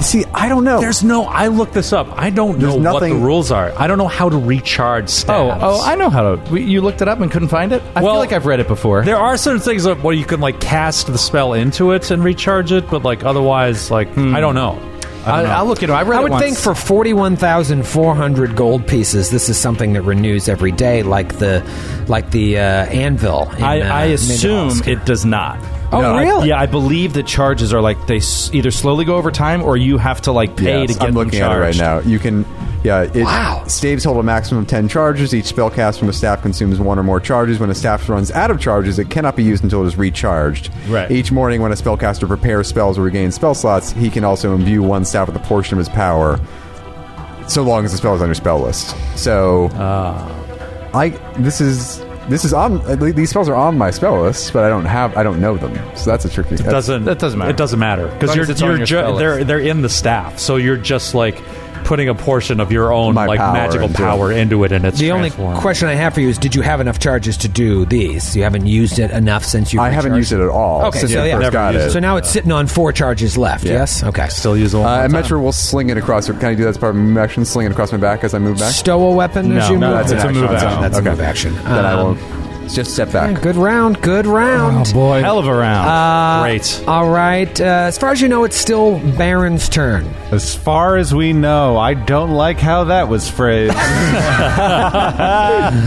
See, I don't know.
There's no. I looked this up. I don't know
There's
what the
nothing-
rules are. I don't know how to recharge
oh,
stabs.
oh, I know how to. We, you looked it up and couldn't find it? I
Well-
feel like I've read it before.
There are certain things of- where you can like cast the spell into it and recharge it, but like otherwise, like
Hmm.
I don't know.
I, I'll look it up. I read
I
it
would
once.
think for 41,400 gold pieces, this is something that renews every day, like the like the uh, anvil. in,
I,
uh,
I assume
Mindosk.
it does not.
Oh,
I-
really?
yeah, I believe the charges are like they s- either slowly go over time or you have to like pay to
Yes,
get
I'm
them
looking at it right
charged.
now. You can, yeah. It,
Wow.
Staves hold a maximum of ten charges. Each spell cast from a staff consumes one or more charges. When a staff runs out of charges, it cannot be used until it is recharged.
Right.
Each morning, when a spellcaster prepares spells or regains spell slots, he can also imbue one staff with a portion of his power, so long as the spell is on your spell list. So, I this is. This is on. at least These spells are on my spell list, but I don't have. I don't know them, so that's a tricky. It
doesn't
that doesn't matter.
It doesn't matter because
long
you're
as it's on
you're
your
ju-
spell list.
they're they're in the staff, so you're just like putting a portion of your own
My
like
power
magical
into it.
power into it, and it's
The only
transformed.
question I have for you is: Did you have enough charges to do these? You haven't used it enough since you.
I haven't used it at all.
Okay,
since
so
I
yeah,
first got it.
So now it's sitting on four charges left. Yes. Okay.
still use the one.
Uh, and Metro will sling it across. Can I do that as part of my action? Sling it across my back as I move back.
Stow a weapon as you
no,
move.
that's an
It's
action. That's an
That's a
action.
move action.
then I
Um,
will just step back.
Good round. Good round.
boy.
Hell of a round.
Uh,
Great.
All right. Uh, as far as you know, it's still Baron's turn.
As far as we know, I don't like how that was
(laughs)
phrased.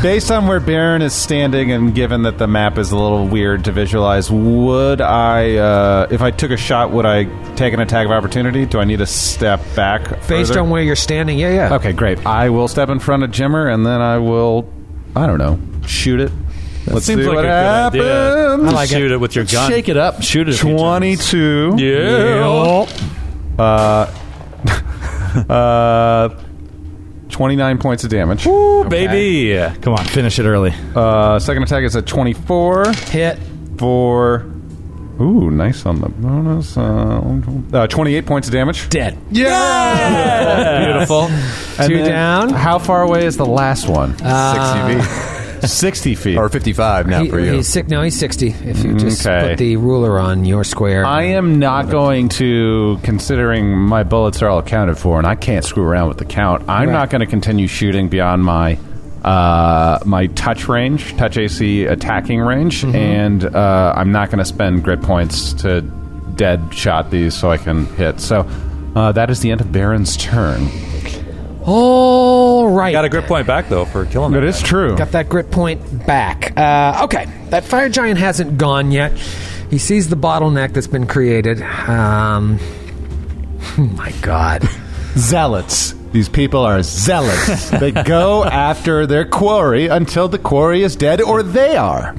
Based on where Baron is standing, and given that the map is a little weird to visualize, would I, uh, if I took a shot, would I take an attack of opportunity? Do I need to step back?
Based
further?
on where you're standing, yeah, yeah.
Okay, great. I will step in front of Jimmer, and then I will, I don't know, shoot it. Let's
seems
see
like
what
a good idea.
happens.
I like Shoot it. it with your gun.
Shake it up. Shoot it. a few times.
Twenty-two.
Yeah.
Uh, 29 points of damage.
Ooh, baby.
Come on, finish it early.
Uh, second attack is a 24
Hit.
for. Ooh, nice on the bonus. Uh, uh, 28 points of damage.
Dead.
Beautiful.
And
Two
then
down.
How far away is the last one?
60 feet
60 Uh, feet.
or 55 now
He-
for you.
He's sick. No, he's sixty. If you just
Okay.
put the ruler on your square,
I am not going to, considering my bullets are all accounted for, and I can't screw around with the count. I'm
Right.
not going to continue shooting beyond my uh, my touch range, touch AC attacking range, and uh, I'm not going to spend grid points to dead shot these so I can hit. So uh, that is the end of Baron's turn.
all right.
Got a grip point back though for killing that. guy.
true.
Got that grit point back. Uh, okay, that fire giant hasn't gone yet. He sees the bottleneck that's been created. Um, (laughs) oh my god.
Zealots. These people are (laughs) zealots. they go after their quarry until the quarry is dead, or they are.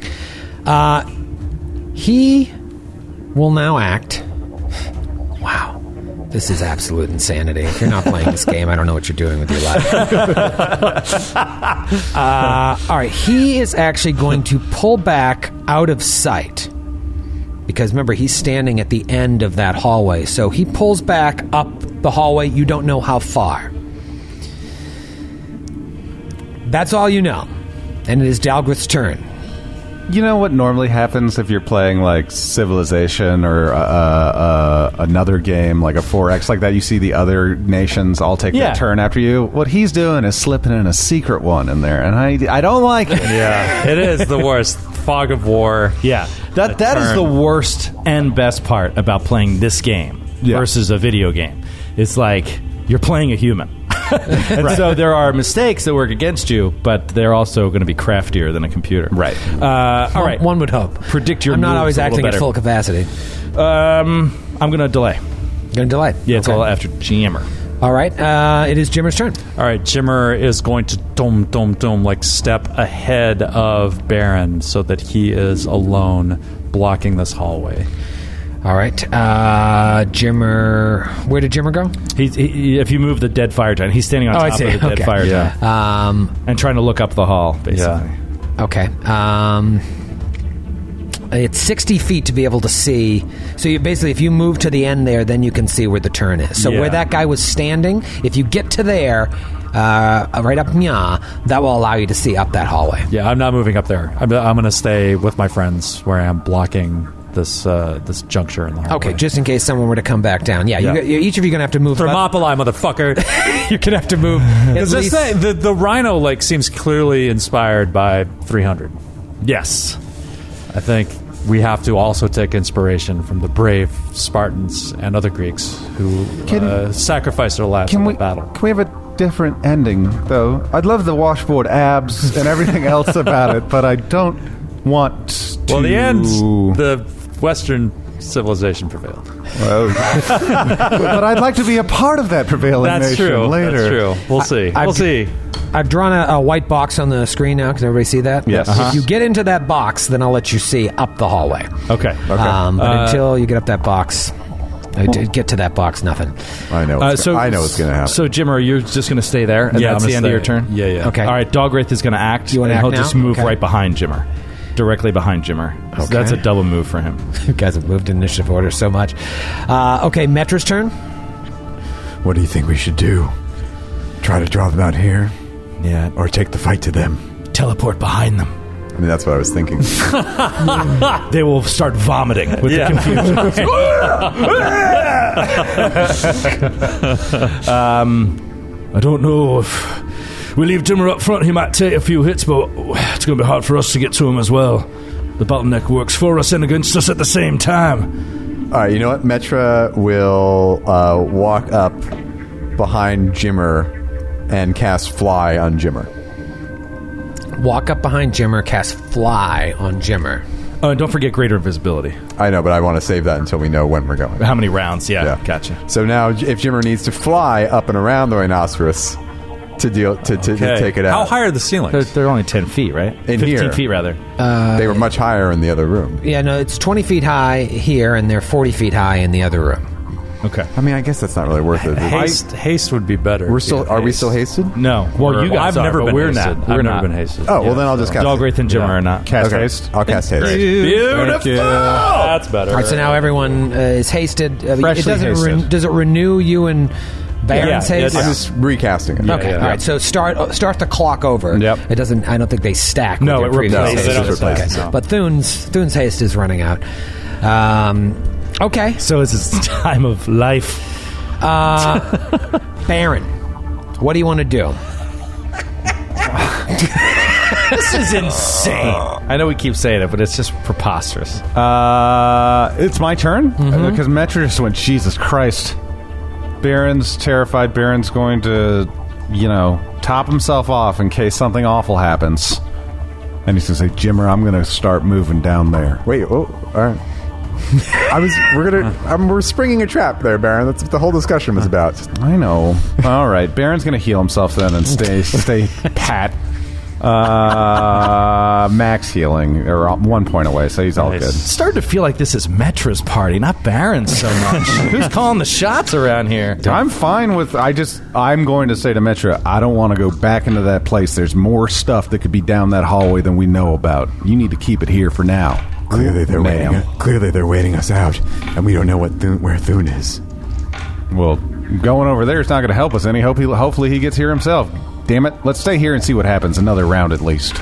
He will now act. Wow. This is absolute insanity. If you're not playing this game, I don't know what you're doing with your life. uh,
(laughs)
all right. He is actually going to pull back out of sight. Because remember, he's standing at the end of that hallway. So he pulls back up the hallway. You don't know how far. That's all you know. And it is Dalgrith's turn.
You know what normally happens if you're playing like Civilization or uh, uh, another game like a 4X like that? You see the other nations all take
Yeah.
their turn after you. What he's doing is slipping in a secret one in there, and I I don't like it.
Yeah, it is the worst. Fog of war.
Yeah, that that is
turn.
the worst and best part about playing this game
Yeah.
versus a video game. It's like you're playing a human, (laughs) and so there are mistakes that work against you, but they're also going to be craftier than a computer.
Right.
Uh, all right.
One would hope.
Predict your
I'm not
moves
always
a little
acting at
better.
full capacity.
Um, I'm going to delay.
Gonna delay.
Yeah, it's
Okay.
all after jammer.
All right. Uh, it is Jimmer's turn.
All right, Jimmer is going to dum dum dum like step ahead of Baron so that he is alone, blocking this hallway.
All right. Uh, Jimmer. Where did Jimmer go?
He's, he- he, if you move the dead fire giant, he's standing on
Oh, I
top of
see.
the
Okay.
dead fire
Yeah.
giant
Um,
and trying to look up the hall. Basically,
Okay. Um, it's 60 feet to be able to see. So you basically, if you move to the end there, then you can see where the turn is. So
Yeah.
where that guy was standing, if you get to there, uh, right up Nya, that will allow you to see up that hallway.
Yeah, I'm not moving up there. I'm, I'm going to stay with my friends where I am blocking this uh, this juncture in the hallway.
Okay, just in case someone were to come back down. Yeah,
Yeah.
You, you- each of you are going to have to move. about-
Thermopylae, motherfucker.
(laughs) You're going to have to move. at
Because this
least-
thing, the, the rhino like seems clearly inspired by 300. Yes, I think we have to also take inspiration from the brave Spartans and other Greeks who
Can-
uh, sacrificed their lives in
Can
the
we
battle.
Can we have a different ending though? I'd love the washboard abs and everything else about it, but I don't want. To...
Well, the end, the Western civilization prevailed.
but I'd like to be a part of that prevailing
That's
nation
true.
later.
That's true. We'll see.
I've-
we'll see.
I've drawn a, a white box on the screen now. Can everybody see that?
Yes. Uh-huh.
If you get into that box, then I'll let you see up the hallway.
okay.
Um, but until you get up that box, I did get to that box, nothing. (laughs)
I know.
Uh,
what's
so
gonna- I know what's going to happen.
So, Jimmer, you're just going to stay there, and
Yeah,
that's
I'm
the end
gonna
of your
stay.
turn.
Yeah, yeah.
Okay.
All right, Dogwraith is going to act,
You wanna
and
act
he'll
now?
just move
Okay.
right behind Jimmer, directly behind Jimmer. So
Okay.
that's a double move for him.
You guys have moved in initiative order so much. Uh, okay, Metra's turn.
what do you think we should do? Try to draw them out here,
Yeah,
or take the fight to them?
teleport behind them.
I mean, that's what I was (laughs) thinking.
They will start vomiting with the confusion. (laughs) um, I don't know if we leave Jimmer up front. He might take a few hits, but it's going to be hard for us to get to him as well. The bottleneck works for us and against us at the same time.
All right, Uh, you know what? Metra will uh, walk up behind Jimmer and cast Fly on Jimmer.
Walk up behind Jimmer, cast Fly on Jimmer.
Oh, and don't forget greater invisibility.
I know, but I want to save that until we know when we're going.
How many rounds? Yeah,
Yeah.
gotcha.
So now, j- if Jimmer needs to fly up and around the rhinoceros to deal to, to, to
Okay.
take it
How
out,
high are the ceilings?
they're only 10 feet, right?
In 15 here. feet,
rather.
they were much higher in the other room.
Yeah, no, it's 20 feet high here, and they're 40 feet high in the other room.
Okay.
I mean, I guess that's not really worth it.
haste, haste would be better.
we're still,
Yeah,
are we
haste.
still hasted?
No. Well, you guys
I've
are,
never
but
been
we're not.
hasted. I've
We're
never
not.
been hasted.
Oh well, then I'll just cast. it.
Dogwraith and Jimmer are not.
Cast
Okay,
haste.
I'll cast haste.
Beautiful. That's better.
All right, so now everyone uh, is hasted. Uh,
Freshly
it doesn't
hasted.
Re- does it renew you and Baron's
Yeah, yeah,
haste?
I'm just recasting it.
Okay,
yeah,
all right. So start uh, start the clock over.
Yep.
It doesn't. I don't think they stack.
No,
with
it
your previous
replaces-
haste.
they don't stack,
Okay.
no.
But Thune's Thune's haste is running out. Um, okay,
So it's his (laughs) time of life.
Baron, what do you want to do?
This is insane. I know we keep saying it, but it's just preposterous.
Uh, it's my turn
Mm-hmm.
because Metro just went. Jesus Christ! Baron's terrified. Baron's going to, you know, top himself off in case something awful happens. And he's gonna say, "Jimmer, I'm gonna start moving down there."
Wait. Oh, all right. I was. We're gonna. I'm, we're springing a trap there, Baron. That's what the whole discussion was about.
I know. All right, Baron's gonna heal himself then and stay stay pat. Uh, max healing or uh, one point away, so he's all
Nice.
good.
Starting to feel like this is Metra's party, not Baron's so
(laughs)
much. Who's calling the shots around here?
I'm fine with. I just. I'm going to say to Metra, I don't want to go back into that place. There's more stuff that could be down that hallway than we know about. You need to keep it here for now.
Clearly they're
Ma'am.
waiting. uh, Clearly they're waiting us out, and we don't know what Thune, where Thune is.
Well, going over there is not going to help us any. Hope he, hopefully he gets here himself. Damn it. Let's stay here and see what happens. Another round at least.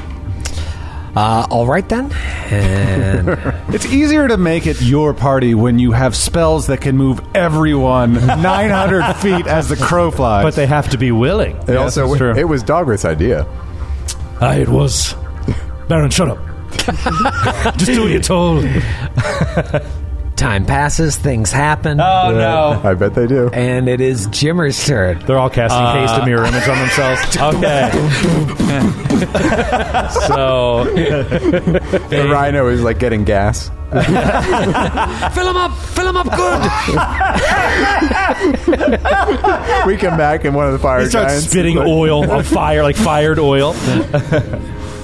Uh, all right then. And
It's easier to make it your party when you have spells that can move everyone
(laughs)
900 feet as the crow flies.
But they have to be willing.
It
Yes,
also,
that's true.
it was Dogworth's idea.
Aye, it was. Baron, shut up. just do what you're told.
time passes, things happen,
Oh, no.
I bet they do.
and it is Jimmer's turn.
They're all casting haste and mirror image on themselves.
Okay.
(laughs)
so
The (laughs) rhino is like getting gas.
Fill him up. Fill fill him up good.
we come back and one of the fire
He starts
giants
spitting oil
(laughs)
on fire, like fired oil.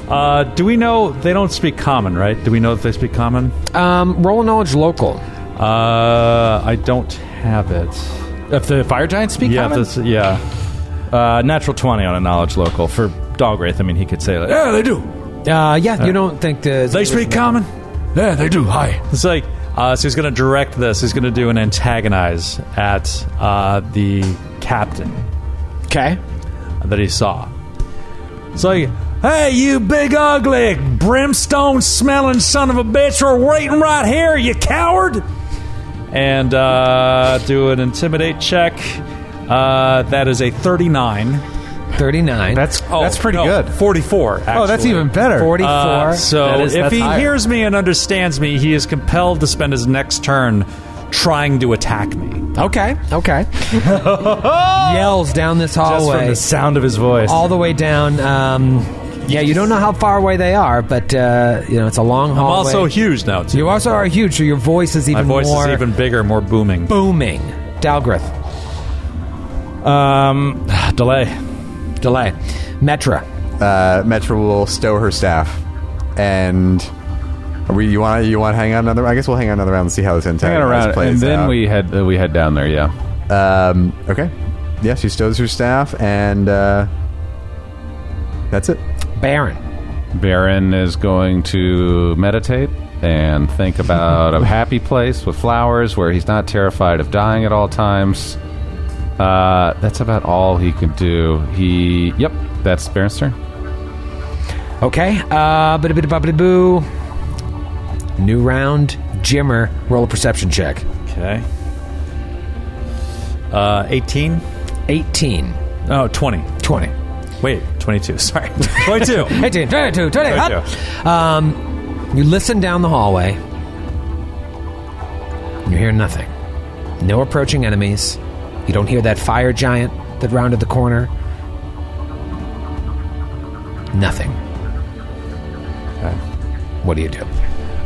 Uh, do we know they don't speak common, right? Do we know if they speak common?
um, roll knowledge local.
Uh, I don't have it.
If the fire giants speak
Yeah,
common?
this, yeah.
Uh, natural 20 on a knowledge local. For Dogwraith, I mean, he could say, like, yeah, they do.
Uh, yeah, you don't think the
They speak common.
Yeah, they do. Hi.
It's like uh, so he's going to direct this. He's going to do an antagonize at uh, the captain
Okay.
that he saw. It's like, hey, you big ugly brimstone smelling son of a bitch, we're waiting right here, you coward! And uh, do an intimidate check. Uh, that is a thirty-nine.
thirty nine.
(laughs) That's
Oh,
that's pretty
no,
good.
Forty-four.
Oh, that's
actually.
even better.
forty four.
Uh, so
That is-
if
that's
he
higher.
hears me and understands me, he is compelled to spend his next turn trying to attack me.
okay,
(laughs)
okay. Yells down this
Just
hallway.
from the sound of his voice.
all the way down. Um, yeah, you don't know how far away they are, but uh, you know it's a long
I'm
hallway.
also huge now. Too.
you also are huge, so your voice is
My
even
voice
more
is even bigger, more booming.
booming. Dalgrith,
(sighs)
Um, delay.
delay, Metra.
uh, Metra will stow her staff, and are we you want you want to hang out another? I guess we'll hang out another round and see how this entire
Hang on around,
plays
and then
out.
we head uh, we head down there. Yeah,
um, okay, yeah, she stows her staff, and uh, that's it.
Baron.
Baron is going to meditate and think about a happy place with flowers where he's not terrified of dying at all times. Uh, that's about all he could do. He, yep, that's Baron's turn.
Okay. Uh, boo. New round. Jimmer, roll a perception check.
Okay. Uh, 18?
18,
No, 20.
20.
Wait, 22. (laughs) Sorry. Uh, 22.
18, 22, 20. up. Um, you listen down the hallway. You hear nothing. No approaching enemies. You don't hear that fire giant that rounded the corner. Nothing. What do you do?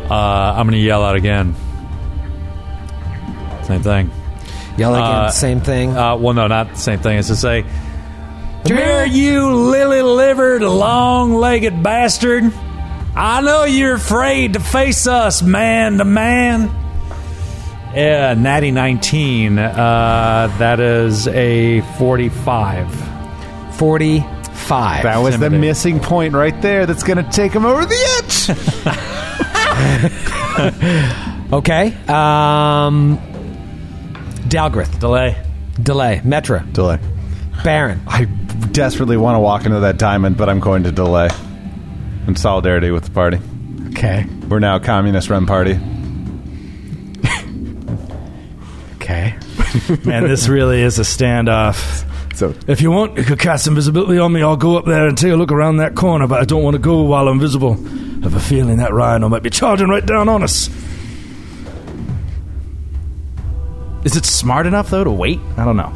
uh, I'm going to yell out again. Same thing.
Yell again,
Uh,
same thing.
Uh, well, no, not the same thing. It's to say, Dear you lily livered, long legged bastard, I know you're afraid to face us man to man. Yeah, Natty 19. Uh, that is a 45.
45.
That was the missing point right there. That's going to take him over the edge.
okay. Um, Dalgrith.
Delay.
Delay. Metra.
delay.
Baron.
I desperately want to walk into that diamond, but I'm going to delay
In solidarity with the party.
Okay.
We're now a communist run party.
Okay.
Man, this really is a standoff.
So
If you want, you could cast invisibility on me. I'll go up there and take a look around that corner, but I don't want to go while I'm visible. I have a feeling that rhino might be charging right down on us. Is it smart enough, though, to wait? I don't know.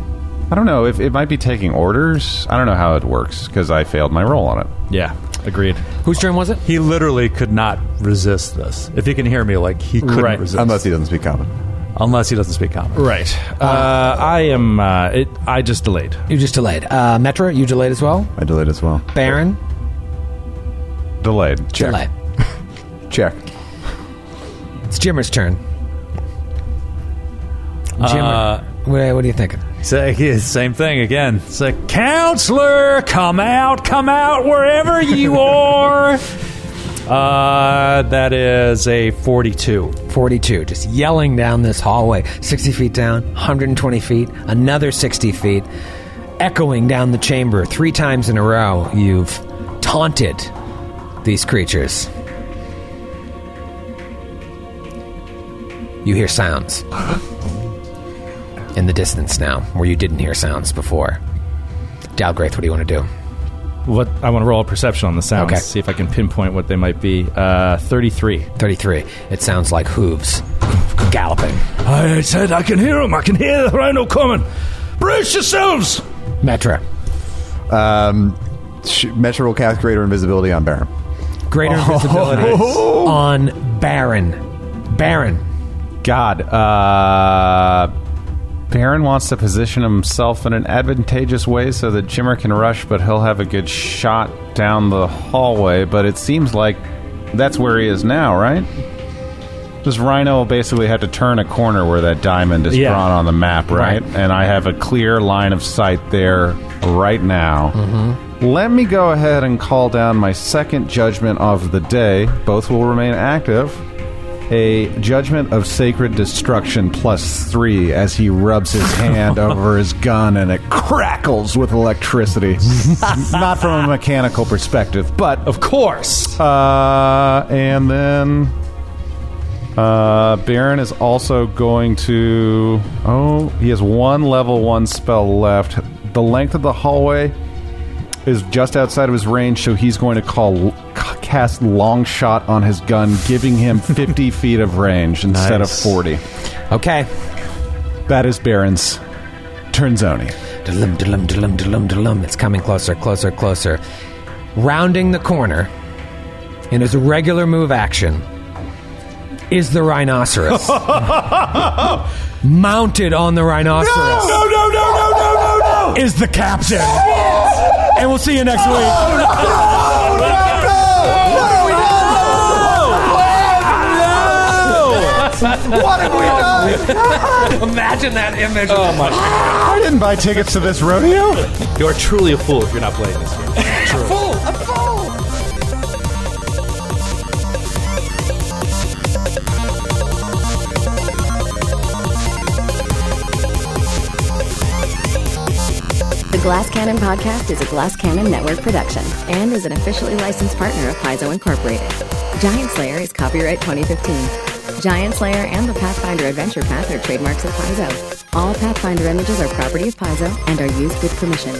I don't know if it might be taking orders. I don't know how it works because I failed my roll on it.
Yeah, agreed.
Whose turn was it?
He literally could not resist this. If he can hear me, like, he couldn't
Right. Um,
resist.
unless he doesn't speak common,
Unless he doesn't speak common.
Right. Uh, I am. Uh, it, I just delayed.
You just delayed. Uh, Metra, you delayed as well.
I delayed as well.
Baron,
Delayed.
Check,
delay.
check.
It's Jimmer's turn. Jimmer,
Uh,
what, what are you thinking?
Say- yeah, Same thing again. It's like, counselor, come out, come out, wherever
(laughs)
you are. uh, that is a 42.
42, just yelling down this hallway, 60 feet down, 120 feet, another 60 feet, echoing down the chamber three times in a row. You've taunted these creatures. You hear sounds in the distance now, where you didn't hear sounds before. Dalgraith, what do you want to do?
What I want to roll a perception on the sounds.
Okay.
See if I can pinpoint what they might be. Uh, Thirty-three.
33. It sounds like hooves galloping.
I said I can hear him. I can hear the rhino coming. Brace yourselves.
Metra,
Um, sh- Metra will cast greater invisibility on Baron.
greater visibility on Baron. Baron,
God, uh, Baron wants to position himself in an advantageous way so that Jimmer can rush, but he'll have a good shot down the hallway. But it seems like that's where he is now, right? Does Rhino will basically have to turn a corner where that diamond is
Yeah.
drawn on the map, right? And I have a clear line of sight there right now. Let me go ahead and call down my second judgment of the day. Both will remain active a judgment of sacred destruction plus three as he rubs his
(laughs)
hand over his gun and it crackles with
(laughs)
electricity. Not from a mechanical perspective, but
Of course.
uh, and then uh, Baron is also going to. Oh, he has one level one spell left. The length of the hallway is just outside of his range, so he's going to call cast long shot on his gun, giving him 50 feet of range instead
Nice.
of 40.
Okay.
That is Baron's turn zoning.
Dulum, dulum, dulum, dulum, dulum. It's coming closer, closer, closer. Rounding the corner in his regular move action is the rhinoceros. Mounted on the rhinoceros. No, no, no, no, no, no, no. Is the captain. And we'll see you next week.
What have we done?
Imagine that image. Oh my
I didn't buy tickets to this rodeo.
You're truly a fool if you're not playing this game.
The Glass Cannon Podcast is a Glass Cannon Network production and is an officially licensed partner of Paizo Incorporated. Giant Slayer is copyright 2015. Giant Slayer and the Pathfinder Adventure Path are trademarks of Paizo. All Pathfinder images are property of Paizo and are used with permission.